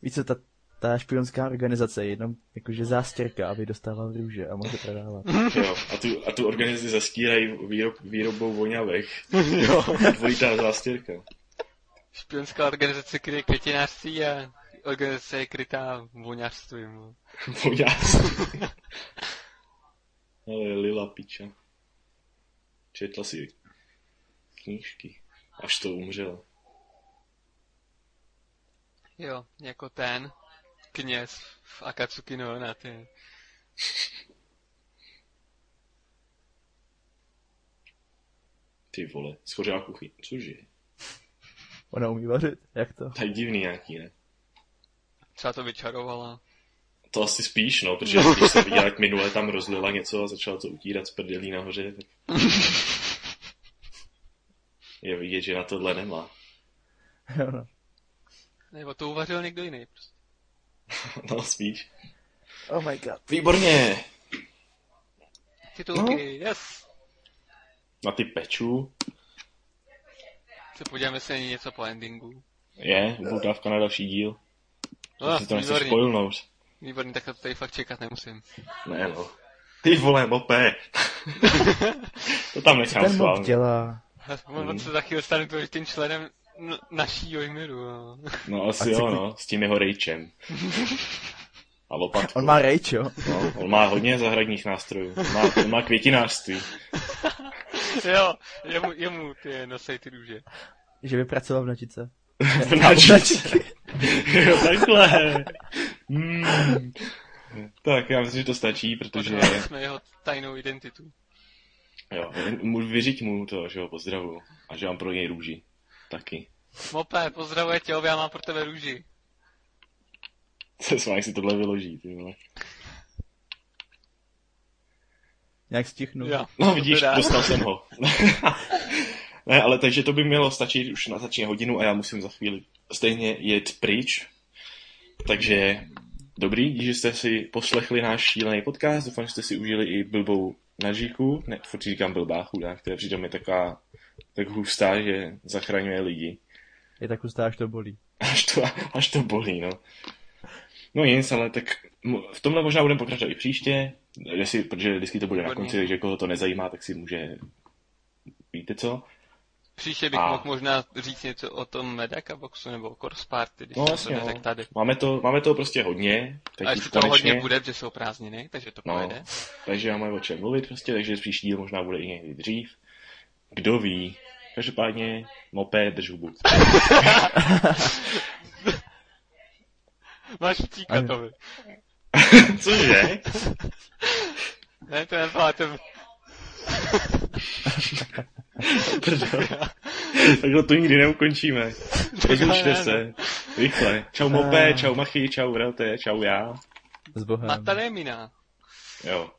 Speaker 4: Víš co, ta, ta špionská organizace je jenom jakože zástěrka, aby dostával růže a mohl je prodávat.
Speaker 1: Jo, a tu, a tu organizaci zastírají výrob, výrobou voňavek. Dvojitá zástěrka.
Speaker 2: Špionská organizace kryje květinářství a organizace je krytá voňařstvím. no.
Speaker 1: Voňáctví. Ale lila piča. Četla si knížky. Až to umřela.
Speaker 2: Jo, jako ten kněz v Akatsuki no Yona, ty.
Speaker 1: Ty vole, schořela kuchyň. Cože?
Speaker 4: Ona umí vařit, jak to?
Speaker 1: Tak divný nějaký, ne?
Speaker 2: Třeba to vyčarovala.
Speaker 1: To asi spíš, no, protože když jsem viděl, jak minule tam rozlila něco a začala to utírat z prdelí nahoře, tak... Je vidět, že na tohle nemá.
Speaker 4: Jo, no.
Speaker 2: Nebo to uvařil někdo jiný prostě.
Speaker 1: No, spíš.
Speaker 4: Oh my god.
Speaker 1: Výborně.
Speaker 2: Titulky, no. yes!
Speaker 1: Na ty pečů
Speaker 2: Se podíváme, jestli není něco po endingu.
Speaker 1: je dávka na další díl.
Speaker 2: No,
Speaker 1: si to nechci
Speaker 2: výborný,
Speaker 1: spojilnout.
Speaker 2: výborný, tak to tady fakt čekat nemusím.
Speaker 1: Ne, no. Ty vole, mope. to tam nechám
Speaker 4: Ten mob
Speaker 1: schválně.
Speaker 4: dělá.
Speaker 2: On on se za chvíli stane důležitým členem n- naší Jojmiru. jo.
Speaker 1: No asi
Speaker 4: A
Speaker 1: jo,
Speaker 4: cykli-
Speaker 1: no, s tím jeho rejčem. A lopatkou.
Speaker 4: On má rage, jo?
Speaker 1: no, on má hodně zahradních nástrojů. On má, on má květinářství.
Speaker 2: jo, jemu, jemu ty nosej ty růže.
Speaker 4: Že by pracoval v nočice.
Speaker 1: Oblačky. jo, takhle. Mm. Tak, já myslím, že to stačí, protože
Speaker 2: Odhalili jsme jeho tajnou identitu.
Speaker 1: jo, mu- vyřiď mu to, že ho pozdravu a že mám pro něj růži. Taky.
Speaker 2: Mope, pozdravuje tě, já mám pro tebe růži.
Speaker 1: Se s vámi si tohle vyloží, ty vole.
Speaker 4: Nějak stichnu.
Speaker 2: Jo,
Speaker 1: No
Speaker 2: to
Speaker 1: vidíš,
Speaker 2: teda.
Speaker 1: dostal jsem ho. ne, ale takže to by mělo stačit už na začíná hodinu a já musím za chvíli stejně jet pryč. Takže dobrý, díky, že jste si poslechli náš šílený podcast. Doufám, že jste si užili i blbou nažíku. Ne, furt si říkám blbá chudá, která přitom je taková tak hustá, že zachraňuje lidi.
Speaker 4: Je tak hustá, až to bolí.
Speaker 1: Až to, až to bolí, no. No nic, ale tak mu- v tomhle možná budeme pokračovat i příště, jestli, protože vždycky to bude na
Speaker 2: Výborně.
Speaker 1: konci, takže koho to nezajímá, tak si může, víte co?
Speaker 2: Příště bych
Speaker 1: A.
Speaker 2: mohl možná říct něco o tom Medaka boxu nebo o Course Party, když
Speaker 1: No
Speaker 2: jsem
Speaker 1: jasně,
Speaker 2: to neřekl
Speaker 1: no.
Speaker 2: tady.
Speaker 1: Máme to, máme to prostě hodně, teď
Speaker 2: A
Speaker 1: už
Speaker 2: ještě to
Speaker 1: konečně,
Speaker 2: hodně bude, protože jsou prázdniny, takže to
Speaker 1: No.
Speaker 2: pojede.
Speaker 1: takže máme o čem mluvit prostě, takže příští díl možná bude i někdy dřív. Kdo ví? Každopádně, mopé, drž hubu.
Speaker 2: Máš
Speaker 1: Hm.
Speaker 2: vtíkat to. vy.
Speaker 1: Cože?
Speaker 2: Ne, to nebyla, to
Speaker 1: Hm. Prdel. Takhle to nikdy neukončíme. Rozlučte se. Rychle. Čau mopé, čau machy, čau vrate, čau já.
Speaker 4: S bohem.
Speaker 2: Matanemina.
Speaker 1: Jo.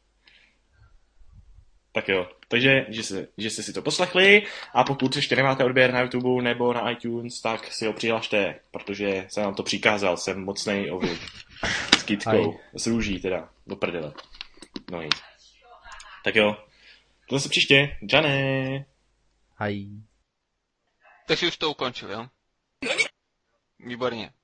Speaker 1: Tak jo, takže že, se, že jste si to poslechli a pokud ještě nemáte odběr na YouTube nebo na iTunes, tak si ho přihlašte, protože jsem vám to přikázal, jsem mocnej ovlivn. S kytkou, s růží teda, do prdele. No nic. Tak jo, to se příště, Džané!
Speaker 4: Hají.
Speaker 2: Takže už to ukončil, jo? Výborně.